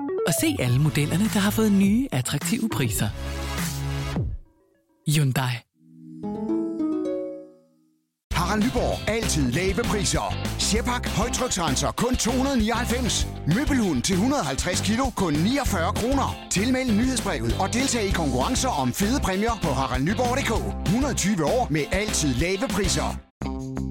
Speaker 14: og se alle modellerne, der har fået nye, attraktive priser. Hyundai.
Speaker 15: Harald Nyborg. Altid lave priser. Sjehpak. Højtryksrenser. Kun 299. Møbelhund til 150 kilo. Kun 49 kroner. Tilmeld nyhedsbrevet og deltag i konkurrencer om fede præmier på haraldnyborg.dk. 120 år med altid lave priser.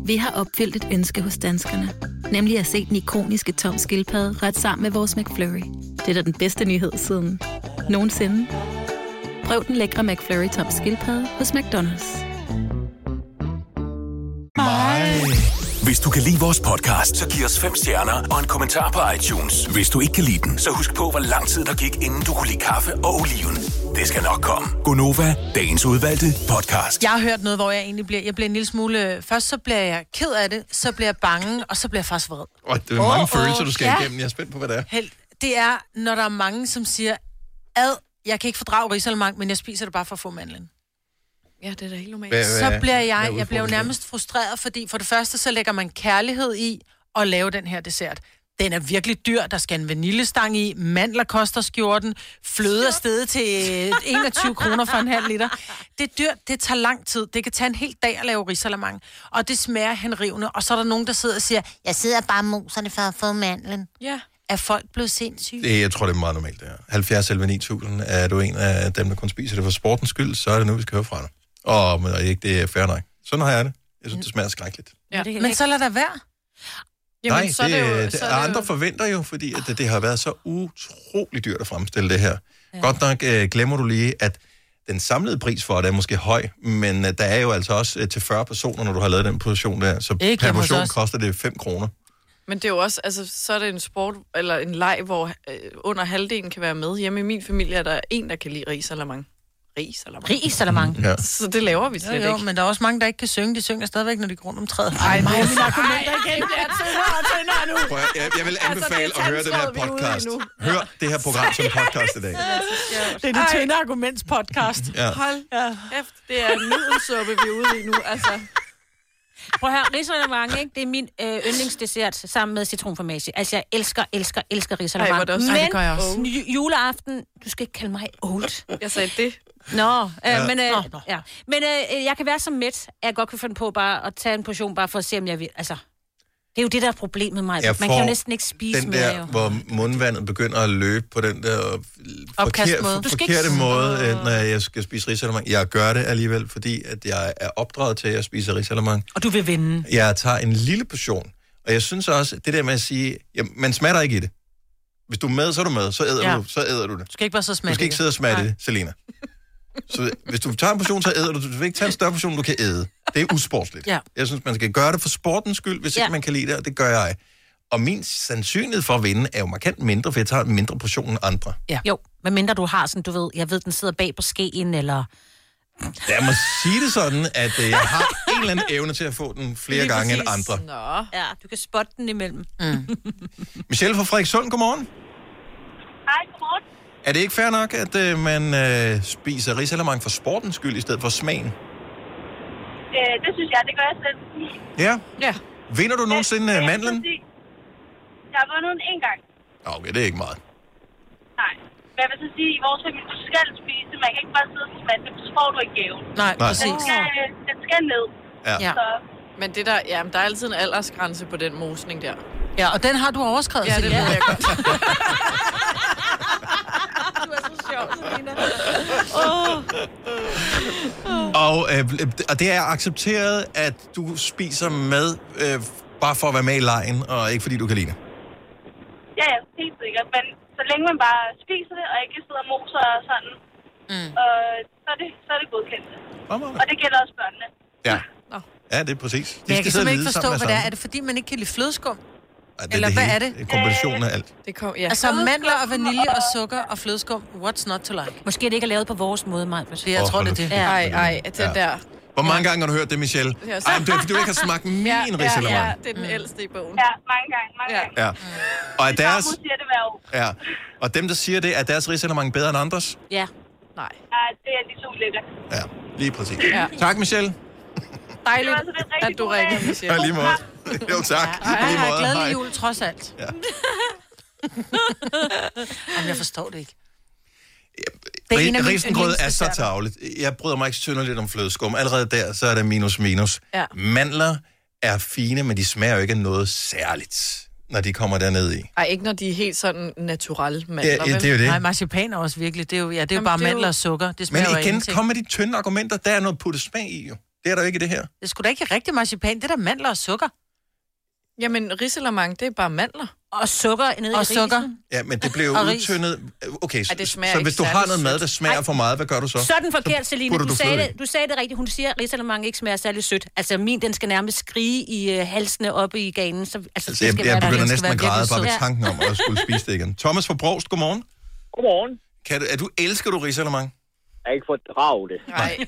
Speaker 16: Vi har opfyldt et ønske hos danskerne. Nemlig at se den ikoniske tom skildpadde ret sammen med vores McFlurry. Det er da den bedste nyhed siden nogensinde. Prøv den lækre McFlurry tom skildpadde hos McDonald's.
Speaker 17: Hvis du kan lide vores podcast, så giv os fem stjerner og en kommentar på iTunes. Hvis du ikke kan lide den, så husk på, hvor lang tid der gik, inden du kunne lide kaffe og oliven. Det skal nok komme. Gonova, dagens udvalgte podcast.
Speaker 2: Jeg har hørt noget, hvor jeg egentlig bliver... Jeg bliver en lille smule... Først så bliver jeg ked af det, så bliver jeg bange, og så bliver jeg faktisk vred.
Speaker 1: Åh, det er mange
Speaker 2: Åh,
Speaker 1: oh,
Speaker 2: åh,
Speaker 1: følelser, du skal
Speaker 2: ja.
Speaker 1: igennem. Jeg er spændt på, hvad det er.
Speaker 2: Held. Det er, når der er mange, som siger, ad, jeg kan ikke fordrage risalemang, men jeg spiser det bare for at få mandlen.
Speaker 3: Ja, det er da helt normalt.
Speaker 2: Hvad, så bliver
Speaker 3: hvad er
Speaker 2: jeg, jeg bliver jo
Speaker 3: udfordringen?
Speaker 2: nærmest frustreret, fordi for det første, så lægger man kærlighed i at lave den her dessert. Den er virkelig dyr, der skal en vaniljestang i, mandler koster skjorten, fløde er stedet til øh, 21 kroner for en halv liter. Det er dyrt, det tager lang tid, det kan tage en hel dag at lave risalamang, og det smager henrivende, og så er der nogen, der sidder og siger, jeg sidder bare og moser det for at få mandlen.
Speaker 3: Ja.
Speaker 2: Er folk blevet sindssyge?
Speaker 1: Det, jeg tror, det er meget normalt, det her. 70 11 9000, er du en af dem, der kun spiser det for sportens skyld, så er det nu, vi skal høre fra dig. Og, men, og ikke, det er fair nok. Sådan har jeg det. Jeg synes, det smager skrækkeligt.
Speaker 2: Ja. Men så lad der være.
Speaker 1: Jamen, Nej, så det, det, jo, det, så andre det jo... forventer jo, fordi at det, det har været så utrolig dyrt at fremstille det her. Ja. Godt nok øh, glemmer du lige, at den samlede pris for det er måske høj, men øh, der er jo altså også øh, til 40 personer, når du har lavet den portion der. Så
Speaker 3: Ikke
Speaker 1: Ikke per
Speaker 3: hjemme hos
Speaker 1: portion
Speaker 3: os.
Speaker 1: koster det 5 kroner.
Speaker 3: Men det er jo også, altså, så er det en sport, eller en leg, hvor øh, under halvdelen kan være med. Hjemme i min familie er der en, der kan lide risalamang. Risalamang.
Speaker 2: Risalamang.
Speaker 1: Ja.
Speaker 3: Så det laver vi slet
Speaker 2: Jo, jo,
Speaker 3: ikke.
Speaker 2: men der er også mange, der ikke kan synge. De synger stadigvæk, når de går rundt om træet. Ej, mig og mine argumenter igen. Det er tyndere og tyndere nu.
Speaker 1: Prøv, at- jeg, jeg vil anbefale altså, at høre den her podcast. Hør det her program som podcast i dag.
Speaker 2: Det er det tynde arguments podcast.
Speaker 1: Ja.
Speaker 3: Hold kæft, det er middelsuppe, vi er ude i nu. Altså,
Speaker 4: Prøv at høre, risalamande, ikke? det er min øh, yndlingsdessert sammen med citronformage. Altså, jeg elsker, elsker, elsker
Speaker 3: Ej, hvor er det
Speaker 4: risalamande.
Speaker 3: også-
Speaker 4: Men
Speaker 3: Ej, det gør jeg også.
Speaker 4: ju- juleaften, du skal ikke kalde mig old.
Speaker 3: Jeg sagde det.
Speaker 4: Nå, øh,
Speaker 3: Ja.
Speaker 4: ja. men, øh,
Speaker 3: Nå, nå.
Speaker 4: Ja. men øh, jeg kan være så mæt, at jeg godt kan finde på bare at tage en portion, bare for at se, om jeg vil. Altså, det er jo det, der er problemet med mig.
Speaker 1: Jeg
Speaker 4: Man kan
Speaker 1: får
Speaker 4: jo næsten ikke spise
Speaker 1: den
Speaker 4: mere,
Speaker 1: der,
Speaker 4: jo.
Speaker 1: hvor mundvandet begynder at løbe på den der forkerte,
Speaker 4: Opkastmåde. Du skal ikke-
Speaker 1: forkerte måde, øh, når jeg skal spise risalamang. Jeg gør det alligevel, fordi at jeg er opdraget til at spise risalamang.
Speaker 2: Og du vil vinde.
Speaker 1: Jeg tager en lille portion, og jeg synes også, det der med at sige, jamen, man smatter ikke i det. Hvis du er med, så er du med, så æder,
Speaker 2: Ja.
Speaker 1: ja. du, så æder du det.
Speaker 2: Du skal ikke være så
Speaker 1: Du
Speaker 2: smadret.
Speaker 1: skal ikke sidde og smatte det, Selena. Så hvis du tager en portion, så æder du. det. Du skal ikke tage en større portion, du kan æde. Det er usportsligt.
Speaker 2: Ja.
Speaker 1: Jeg synes, man skal gøre det for sportens skyld, hvis
Speaker 2: Ja.
Speaker 1: ja. ikke man kan lide det, og det gør jeg. Og min sandsynlighed for at vinde er jo markant mindre, for jeg tager en mindre portion end andre.
Speaker 4: Ja. Jo, medmindre du har sådan, du ved, jeg ved, den sidder bag på skeen, eller...
Speaker 1: Jeg må sige det sådan, at øh, jeg har en eller anden evne til at få den flere
Speaker 4: Lige
Speaker 1: gange end
Speaker 4: præcis.
Speaker 1: andre.
Speaker 3: Nå.
Speaker 4: Ja, du kan spotte den imellem. Mm.
Speaker 1: Michelle fra Frederikssund, godmorgen.
Speaker 18: Hej, godmorgen.
Speaker 1: Er det ikke fair nok, at øh, man øh, spiser risalamang for sportens skyld, i stedet for smagen?
Speaker 18: Øh, det synes jeg, det gør jeg selv.
Speaker 1: Ja?
Speaker 3: Ja.
Speaker 1: Vinder du nogensinde øh, mandlen?
Speaker 18: Fordi Jeg har vundet den en gang.
Speaker 1: Nå, Okay, det er ikke meget.
Speaker 18: Nej. Men jeg vil så sige, i vores familie, du skal spise det. Man kan ikke bare sidde og spise det, for så får du ikke gaven.
Speaker 2: Nej,
Speaker 1: Nej. præcis.
Speaker 18: Den skal, den skal ned.
Speaker 3: Ja.
Speaker 18: Så,
Speaker 3: Men det der, ja, men der er altid en aldersgrænse på den mosning der.
Speaker 2: Ja, og den har du overskrevet.
Speaker 3: Ja, det
Speaker 2: Selina.
Speaker 3: ved jeg godt.
Speaker 12: Du er så sjov, Selina.
Speaker 1: Og, øh, og det er accepteret, at du spiser med øh, bare for at være med i lejen, og ikke fordi du kan lide det.
Speaker 18: ja, ja, helt sikkert. Men så længe man bare spiser det, og ikke sidder og moser og sådan, mm. øh, så, er det, så er det godkendt. Og det gælder også børnene.
Speaker 1: Ja. Ja, det er præcis. De
Speaker 2: Men jeg kan
Speaker 1: sidde og
Speaker 2: simpelthen ikke
Speaker 1: lide
Speaker 2: forstå,
Speaker 1: sammen
Speaker 2: hvad
Speaker 1: med
Speaker 2: det er.
Speaker 1: sammen.
Speaker 2: Er det fordi, man ikke kan lide flødeskum?
Speaker 1: Ej, det
Speaker 2: Eller
Speaker 1: det
Speaker 2: hvad
Speaker 1: hele.
Speaker 2: er det?
Speaker 1: En kombination af alt.
Speaker 3: Det kom,
Speaker 2: Ja. Altså mandler og vanilje og sukker og flødeskum. What's not to like?
Speaker 4: Måske det ikke er lavet på vores måde, Maja. Det,
Speaker 2: jeg tror, det er det.
Speaker 3: Ej, ej, det
Speaker 1: Ja.
Speaker 3: der.
Speaker 1: Hvor mange gange har du hørt det, Michelle?
Speaker 3: Ja,
Speaker 1: Ej, men det er fordi, du ikke har smagt min ja,
Speaker 3: ja, ja,
Speaker 1: risalamang.
Speaker 3: det er
Speaker 2: Mm.
Speaker 3: den ældste i bogen.
Speaker 18: Ja, mange gange, mange ja. gange.
Speaker 1: Ja. Og er deres,
Speaker 18: Hun siger det hver år.
Speaker 1: ja. og dem, der siger det, er deres risalamang bedre end andres?
Speaker 4: Ja.
Speaker 3: Nej.
Speaker 18: Ja, det er lige så ulækkert.
Speaker 1: Ja, lige præcis.
Speaker 18: Ja.
Speaker 1: Ja. Tak, Michelle.
Speaker 3: Dejligt,
Speaker 18: at
Speaker 3: du ringede, Michelle.
Speaker 1: Ja, lige måde. Jo, tak.
Speaker 2: Ej,
Speaker 1: lige
Speaker 2: ej,
Speaker 1: måde.
Speaker 2: glædelig
Speaker 1: Hej.
Speaker 2: jul trods alt. Ja. Jamen, jeg forstår det ikke. Det er en af mine
Speaker 1: Risengrød er så
Speaker 2: yndlingsdesserter.
Speaker 1: tavligt. Jeg bryder mig ikke synderligt om flødeskum. Allerede der, så er det minus minus.
Speaker 2: Ja.
Speaker 1: Mandler er fine, men de smager jo ikke af noget særligt, når de kommer derned i.
Speaker 3: Ej, ikke når de er helt sådan natural mandler.
Speaker 1: Ja, ja,
Speaker 3: vel?
Speaker 1: det er jo det.
Speaker 2: Nej, marcipan er også virkelig. Det er jo, ja, det er jo
Speaker 3: Jamen,
Speaker 2: bare
Speaker 3: det er jo-
Speaker 2: mandler og sukker. Det
Speaker 1: Men
Speaker 2: smager jo af
Speaker 1: igen,
Speaker 2: ingenting.
Speaker 1: kom med de tynde argumenter. Der er noget puttet smag i, jo. Det er der jo ikke i det her.
Speaker 2: Det skulle da ikke rigtig marcipan. Det er da mandler og sukker.
Speaker 3: Jamen, risalamande, det er bare mandler.
Speaker 4: Og sukker nede
Speaker 2: og sukker.
Speaker 1: Ja, men det blev jo
Speaker 2: Og ris.
Speaker 1: udtyndet. Okay,
Speaker 4: Ej, det
Speaker 1: så,
Speaker 4: smager
Speaker 1: så
Speaker 4: ikke
Speaker 1: hvis du har
Speaker 4: særlig
Speaker 1: noget mad, der smager for meget, hvad gør du så? Altså,
Speaker 4: Sådan forkert,
Speaker 1: Så
Speaker 4: Selina.
Speaker 1: putter
Speaker 4: Du, sagde
Speaker 1: fløde i.
Speaker 4: det, du sagde det rigtigt. Hun siger, at risalemang ikke smager særlig sødt. Altså, min, den skal nærmest skrige i øh, halsene oppe i ganen. Så, altså,
Speaker 1: Så jeg, jeg begynder næsten at græde bare ved
Speaker 4: ved
Speaker 1: tanken om at skulle spise det igen. Thomas fra Brogst, godmorgen.
Speaker 11: Godmorgen.
Speaker 1: Kan du, er du, elsker du risalemang?
Speaker 11: Jeg har ikke fordraget det.
Speaker 2: Nej.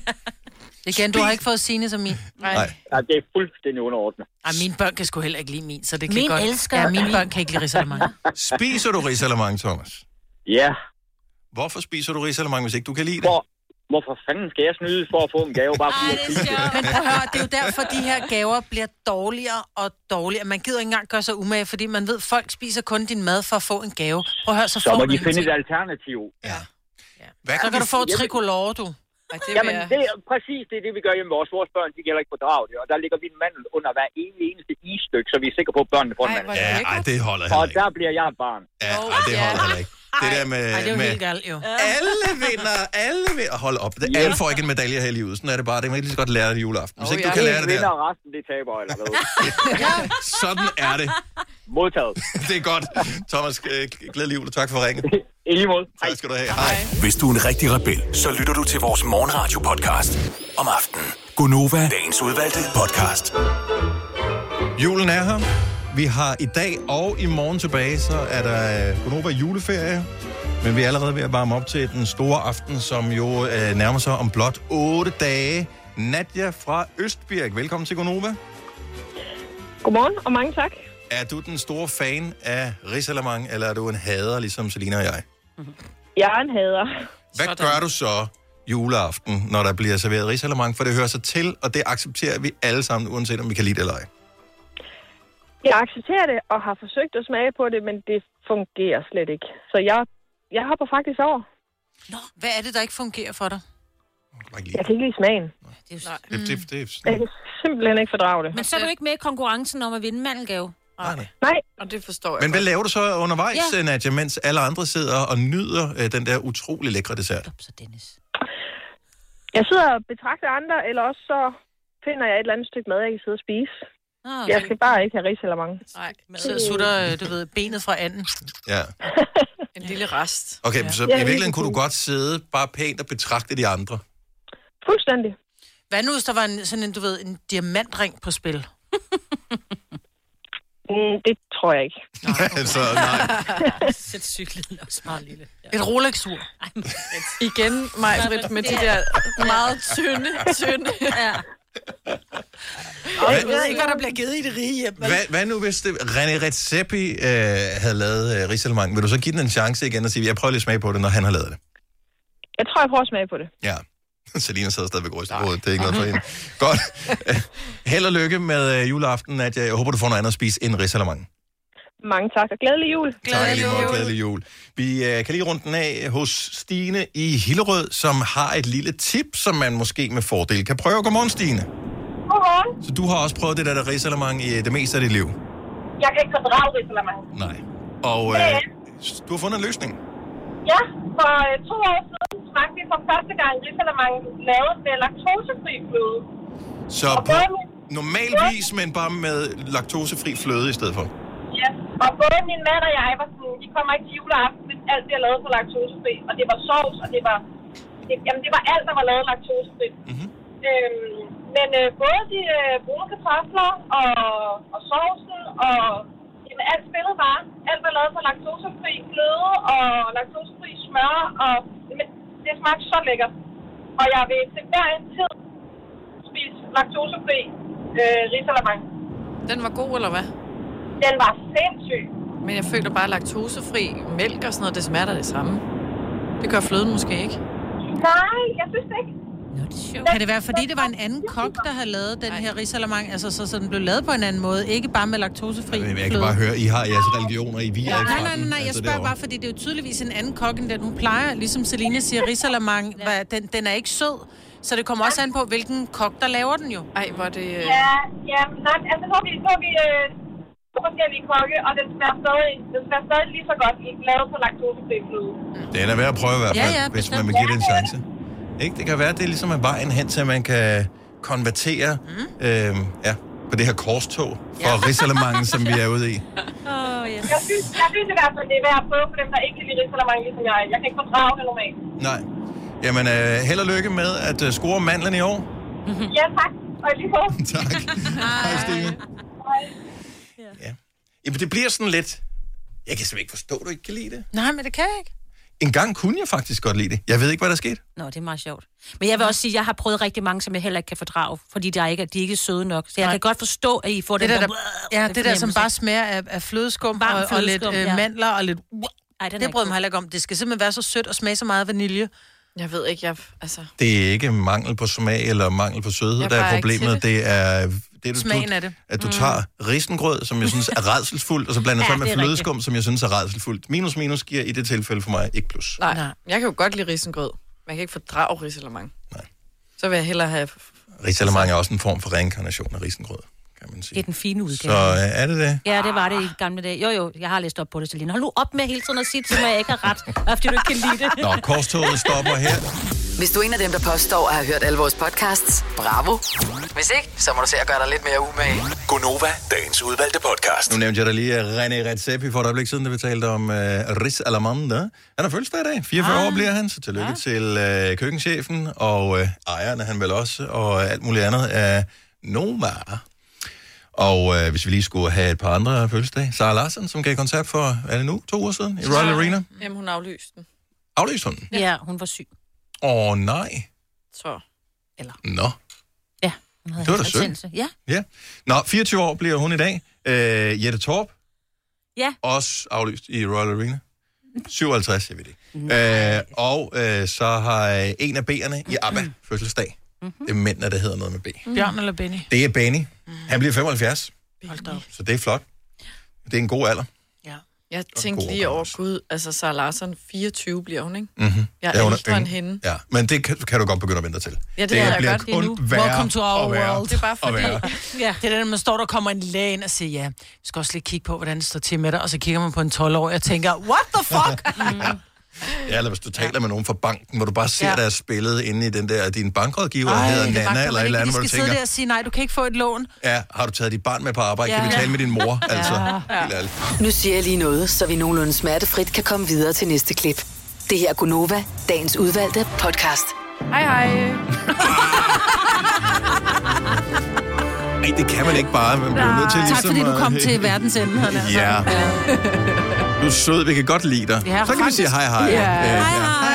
Speaker 2: Igen, du har ikke fået sine som min.
Speaker 11: Nej. Ja, det er fuldstændig underordnet.
Speaker 2: Ej, mine børn kan sgu heller ikke lide min, så det kan
Speaker 11: Min
Speaker 2: godt.
Speaker 11: elsker-
Speaker 2: Ja, mine børn kan ikke lide risalemang.
Speaker 1: Spiser du risalemang, Thomas?
Speaker 11: Ja.
Speaker 1: Hvorfor spiser du risalemang, hvis ikke du kan lide det?
Speaker 11: Hvor, hvorfor fanden skal jeg snyde for at få en gave, bare fordi jeg spiser det?
Speaker 2: Men prøv at høre, det er jo derfor, de her gaver bliver dårligere og dårligere. Man gider ikke engang gøre sig umage, fordi man ved, folk spiser kun din mad for at få en gave. Prøv at høre, så,
Speaker 11: Så
Speaker 2: får
Speaker 11: må
Speaker 2: du
Speaker 11: de finde
Speaker 2: ingenting.
Speaker 11: et alternativ.
Speaker 1: Ja.
Speaker 11: Hvad
Speaker 2: Så kan du få et tricolore, du.
Speaker 11: Det Jamen, det er præcis det, er det, vi gør hjemme ved os. Vores børn, de kan heller ikke fordrage det, og der ligger vi en mandel under hver ene, eneste isstykke, så vi er sikre på, at børnene får en mandel.
Speaker 1: Ja, ej, det holder
Speaker 11: Og
Speaker 1: heller ikke.
Speaker 11: der bliver jeg et barn.
Speaker 1: Ja, ej, det holder heller ikke. Det der med,
Speaker 2: Ej, det er jo
Speaker 1: med
Speaker 2: helt galt, jo.
Speaker 1: Alle vinder, alle vinder. Hold op, det, alle får ikke en medalje her i livet. Sådan er det bare. Det kan man ikke lige så godt lære det juleaften. Hvis ikke du kan lære det
Speaker 11: vinder,
Speaker 1: der,
Speaker 11: og resten de taber, eller hvad?
Speaker 1: sådan er det.
Speaker 11: Modtaget.
Speaker 1: det er godt. Thomas, øh, glædelig jul, og tak for ringen.
Speaker 11: I lige måde.
Speaker 1: Tak skal du have. Hej.
Speaker 17: Hvis du er en rigtig rebel, så lytter du til vores morgenradio-podcast om aftenen. Gunova, dagens udvalgte podcast.
Speaker 1: Julen er her. Vi har i dag og i morgen tilbage, så er der Gunova juleferie. Men vi er allerede ved at varme op til den store aften, som jo øh, nærmer sig om blot 8 dage. Nadja fra Østbirk, velkommen til Gunova.
Speaker 19: Godmorgen, og mange tak.
Speaker 1: Er du den store fan af Risalamang, eller er du en hader, ligesom Selina og jeg?
Speaker 19: Jeg er en hader.
Speaker 1: Hvad Sådan. gør du så juleaften, når der bliver serveret risalamang? For det hører sig til, og det accepterer vi alle sammen, uanset om vi kan lide det eller ej.
Speaker 19: Jeg accepterer det, og har forsøgt at smage på det, men det fungerer slet ikke. Så jeg, jeg hopper faktisk over.
Speaker 2: Nå, hvad er det, der ikke fungerer for dig?
Speaker 19: Jeg kan ikke lide smagen.
Speaker 1: Det, det, det,
Speaker 19: Jeg kan simpelthen ikke fordrage det.
Speaker 4: Men så er du ikke med i konkurrencen om at vinde mandelgave?
Speaker 1: Nej, nej.
Speaker 19: Nej.
Speaker 4: Og det forstår
Speaker 1: Men hvad laver du så undervejs,
Speaker 4: Ja.
Speaker 1: ja. Nadia, mens alle andre sidder og nyder øh, den der utrolig lækre dessert?
Speaker 19: Jeg sidder og betragter andre, eller også så finder jeg et eller andet stykke mad, jeg kan sidde og spise.
Speaker 2: Ah,
Speaker 19: Jeg skal bare ikke have risalamande.
Speaker 2: Nej, så sutter, øh, du ved, benet fra anden.
Speaker 1: Ja.
Speaker 2: En lille rest.
Speaker 1: Okay, ja. så i
Speaker 2: Ja, helt
Speaker 1: virkeligheden kunne du godt sidde bare pænt og betragte de andre.
Speaker 19: Fuldstændig.
Speaker 2: Hvad nu, hvis der var en, sådan en, du ved, en diamantring på spil?
Speaker 19: Mm, det tror jeg ikke.
Speaker 1: så nej.
Speaker 4: Sæt cyklen også meget lille.
Speaker 2: Et Rolex-ur.
Speaker 3: Igen mig, Britt, med de der meget tynde, tynde. Ja.
Speaker 1: Hvad-
Speaker 2: Jeg ved ikke, hvad der bliver givet i det rige hjem. vel?
Speaker 1: Hvad, hvad nu, hvis det, René Redzepi øh, havde lavet øh, risalamang? Vil du så give den en chance igen og sige, jeg prøver lige at smage på det, når han har lavet det?
Speaker 19: Jeg tror, jeg prøver at smage på det.
Speaker 1: Ja. Selina sidder stadigvæk og ryster på hovedet. Det er ikke noget for hende. Godt. Held og lykke med øh, juleaften, Nadia. Jeg håber, du får noget andet at spise end risalamang.
Speaker 19: Mange tak, og glædelig jul.
Speaker 1: Tak i lige måde. Glædelig jul. Vi øh, kan lige runde den af hos Stine i Hillerød, som har et lille tip, som man måske med fordel kan prøve. Godmorgen, Stine.
Speaker 20: Godmorgen.
Speaker 1: Så du har også prøvet det der, der risalamang i øh, det meste af dit liv.
Speaker 20: Jeg kan ikke fordrage risalamande.
Speaker 1: Nej. Og øh, du har fundet en løsning.
Speaker 20: Ja, for øh, to år siden smagte vi for første gang risalamande lavet med laktosefri fløde.
Speaker 1: Så på normal vis, men bare med laktosefri fløde i stedet for.
Speaker 20: Ja, og både min mand og jeg var sådan, vi kommer ikke til juleaften, hvis alt bliver lavet på laktosefri. Og det var sovs, og det var, det, jamen, det var alt, der var lavet laktosefri. Mm-hmm. Øhm, men øh, både de øh, brune kartofler og, og sovsen og jamen, alt spillet bare. Alt var lavet på laktosefri fløde og laktosefri smør. Og, jamen, det smagte så lækkert. Og jeg vil til hver en tid spise laktosefri øh, risalamande.
Speaker 3: Den var god, eller hvad?
Speaker 20: Den var sindssyg.
Speaker 3: Men jeg føler bare, at laktosefri mælk og sådan noget, det smager da det samme. Det gør fløden måske ikke.
Speaker 20: Nej, jeg synes det ikke.
Speaker 2: Kan det være, fordi det var en anden kok, der havde lavet den her risalamang, altså så, så den blev lavet på en anden måde, ikke bare med laktosefri
Speaker 1: Jeg, jeg kan
Speaker 2: fløde?
Speaker 1: bare høre, I har jeres religioner, I viger
Speaker 2: Nej,
Speaker 1: ikke fra
Speaker 2: nej, nej,
Speaker 1: den,
Speaker 2: nej, jeg
Speaker 1: altså
Speaker 2: spørger
Speaker 1: derovre.
Speaker 2: bare, fordi det er jo tydeligvis en anden kok, end den hun plejer. Ligesom Selina siger, risalamang, hvad, den, den er ikke sød. Så det kommer også an på, hvilken kok, der laver den jo.
Speaker 3: Ej, hvor det... øh,
Speaker 20: Ja, ja, nej, altså så har vi, så har vi øh, to forskellige kokke, og den smager stadig, den smager stadig lige så godt i lavet på laktosefri fløde.
Speaker 1: Den er værd at prøve i hvert
Speaker 20: Ja,
Speaker 1: fald, ja,
Speaker 20: ja,
Speaker 1: ja, hvis man
Speaker 20: bestemt.
Speaker 1: vil give det en chance. Ikke? Det kan være, at det er ligesom er vejen hen til, at man kan konvertere mm. øhm, ja, på det her korstog for ja. risalemangen, som vi er ude i.
Speaker 20: Oh, yes. jeg, synes, jeg synes i hvert fald, det er værd at prøve for dem, der ikke kan lide risalamande, ligesom jeg. Jeg kan ikke fordrage det normalt.
Speaker 1: Nej. Jamen, øh, held og lykke med at øh, score mandlen i år.
Speaker 20: ja, tak. Og i lige på.
Speaker 1: tak. Hej, Stine. Jamen, det bliver sådan lidt... Jeg kan simpelthen ikke forstå, at du ikke kan lide det.
Speaker 2: Nej, men det kan jeg ikke.
Speaker 1: En gang kunne jeg faktisk godt lide det. Jeg ved ikke, hvad der skete.
Speaker 4: Nå, det er meget sjovt. Men jeg vil også sige, at jeg har prøvet rigtig mange, som jeg heller ikke kan fordrage, fordi der ikke, er- de er ikke søde nok. Så jeg
Speaker 2: Nej.
Speaker 4: kan godt forstå, at I får
Speaker 2: Det
Speaker 4: den
Speaker 2: der, der, ja, det der, som
Speaker 4: fornemmelse.
Speaker 2: bare smager af, af flødeskum,
Speaker 4: Varm
Speaker 2: og, og lidt
Speaker 4: flødeskum,
Speaker 2: øh,
Speaker 4: ja.
Speaker 2: mandler og lidt... Ej,
Speaker 4: den er
Speaker 2: det
Speaker 4: ikke
Speaker 2: brød mig heller ikke Mm. om. Det skal simpelthen være så sødt og smage så meget vanilje.
Speaker 3: Jeg ved ikke, jeg... Altså...
Speaker 1: Det er ikke mangel på smag eller mangel på sødhed,
Speaker 2: Jeg
Speaker 1: der er
Speaker 2: bare ikke til det.
Speaker 1: problemet. Det er, det er du,
Speaker 2: Smagen
Speaker 1: du,
Speaker 2: af det.
Speaker 1: At du
Speaker 2: Mm.
Speaker 1: tager risengrød, som jeg synes er redselsfuldt, og så blander
Speaker 3: Ja,
Speaker 1: sammen
Speaker 3: det
Speaker 1: med
Speaker 3: er
Speaker 1: flødeskum, som jeg synes er redselsfuldt. Minus minus giver i det tilfælde for mig ikke plus.
Speaker 3: Nej, Nej. jeg kan jo godt lide risengrød. Men jeg kan ikke fordrage risalamande. Nej. Så vil jeg hellere have...
Speaker 1: Risalamande er også en form for reinkarnation af risengrød. kan man sige.
Speaker 4: Det er den fine udgave.
Speaker 1: Så øh, er det det?
Speaker 4: Ja, det var det i gamle dage. Jo, jo, jeg har læst op på det, Selina. Hold nu op med hele tiden at sige til mig, at jeg ikke har ret, bare fordi du ikke kan lide det.
Speaker 1: Nå, korstoget stopper her.
Speaker 6: Hvis du er en af dem, der påstår at have hørt alle vores podcasts, bravo. Hvis ikke, så må du se at gøre dig lidt mere umage.
Speaker 17: Gonova, dagens udvalgte podcast.
Speaker 1: Nu nævnte jeg da lige øh, René Redzepi for et øjeblik siden, da vi talte om uh, Riz Alamanda. Han har fødselsdag i dag. 44 ah. år bliver han, så tillykke ja. til uh, køkkenchefen og uh, ejeren er han vel også, og uh, alt muligt andet af Noma. Og uh, hvis vi lige skulle have et par andre fødselsdage. Sara Larsen, som gav koncert for, er det nu, to uger siden, i Royal Arena.
Speaker 3: Jamen, hun aflyste den.
Speaker 1: Aflyst hun? den?
Speaker 4: Ja, hun var syg.
Speaker 1: Åh oh, nej.
Speaker 3: Så.
Speaker 1: Nå.
Speaker 4: Hun havde
Speaker 1: Det var da
Speaker 4: halsbetændelse. Ja,
Speaker 1: Ja. Nå, 24 år bliver hun i dag. Øh, Jette Torp,
Speaker 4: ja.
Speaker 1: også aflyst i Royal Arena. 57, jeg ved det. ikke. Øh, og øh, så har øh, en af B'erne i ABBA fødselsdag.
Speaker 2: Mhm.
Speaker 1: Det er mændene, der hedder noget med B.
Speaker 2: Bjørn eller Benny?
Speaker 1: Det er Benny. Han bliver 75,
Speaker 2: Mhm. Hold da op.
Speaker 1: så det er flot. Det er en god alder.
Speaker 3: Jeg tænkte lige over, gud, altså Sarah Larsen, 24 bliver Mhm. hun, ikke?
Speaker 1: Mm-hmm.
Speaker 3: Jeg er ældre end hende.
Speaker 1: Ja, men det kan, kan du godt begynde at vente dig til.
Speaker 3: Ja, det ved jeg
Speaker 1: bliver
Speaker 3: godt. Det er
Speaker 1: kun
Speaker 3: nu.
Speaker 1: værre
Speaker 2: Welcome to our
Speaker 1: og værre
Speaker 2: world. Det er bare
Speaker 1: og
Speaker 2: fordi,
Speaker 1: værre.
Speaker 2: ja. det er det, når man står der og kommer en læge ind og siger, ja, vi skal også lige kigge på, hvordan det står til med dig, og så kigger man på en 12-årig og tænker, what the fuck?
Speaker 1: Ja, eller hvis du taler med nogen fra banken, hvor du bare ser
Speaker 2: Ja.
Speaker 1: ja. deres billede inde i den der, din bankrådgiver Ej,
Speaker 2: Ej,
Speaker 1: hedder
Speaker 2: det
Speaker 1: Nana
Speaker 2: vagter
Speaker 1: eller
Speaker 2: man ikke,
Speaker 1: et eller
Speaker 2: at
Speaker 1: andet, hvor
Speaker 2: De
Speaker 1: du
Speaker 2: skal sidde
Speaker 1: tænker,
Speaker 2: der og sige, nej, du kan ikke få et lån.
Speaker 1: ja, har du taget dit barn med på arbejde?
Speaker 2: Ja.
Speaker 1: Kan vi tale med din mor?
Speaker 2: Ja.
Speaker 1: Altså,
Speaker 2: Ja.
Speaker 1: helt ærligt.
Speaker 6: Nu siger jeg lige noget, så vi nogenlunde smertefrit kan komme videre til næste klip. Det her er Gunova, dagens udvalgte podcast.
Speaker 3: Hej, hej.
Speaker 1: Nej, det kan man ikke bare. Man bliver nødt til ligesom
Speaker 2: Ah, tak fordi du
Speaker 1: at-
Speaker 2: kom til verdens ende. havde jeg nær sagt.
Speaker 1: Ja. Du er sød, vi kan godt lide dig.
Speaker 2: Ja,
Speaker 1: så kan vi sige
Speaker 2: faktisk.
Speaker 1: hej hej.
Speaker 2: Ja.
Speaker 1: Øh,
Speaker 2: Hej, hej.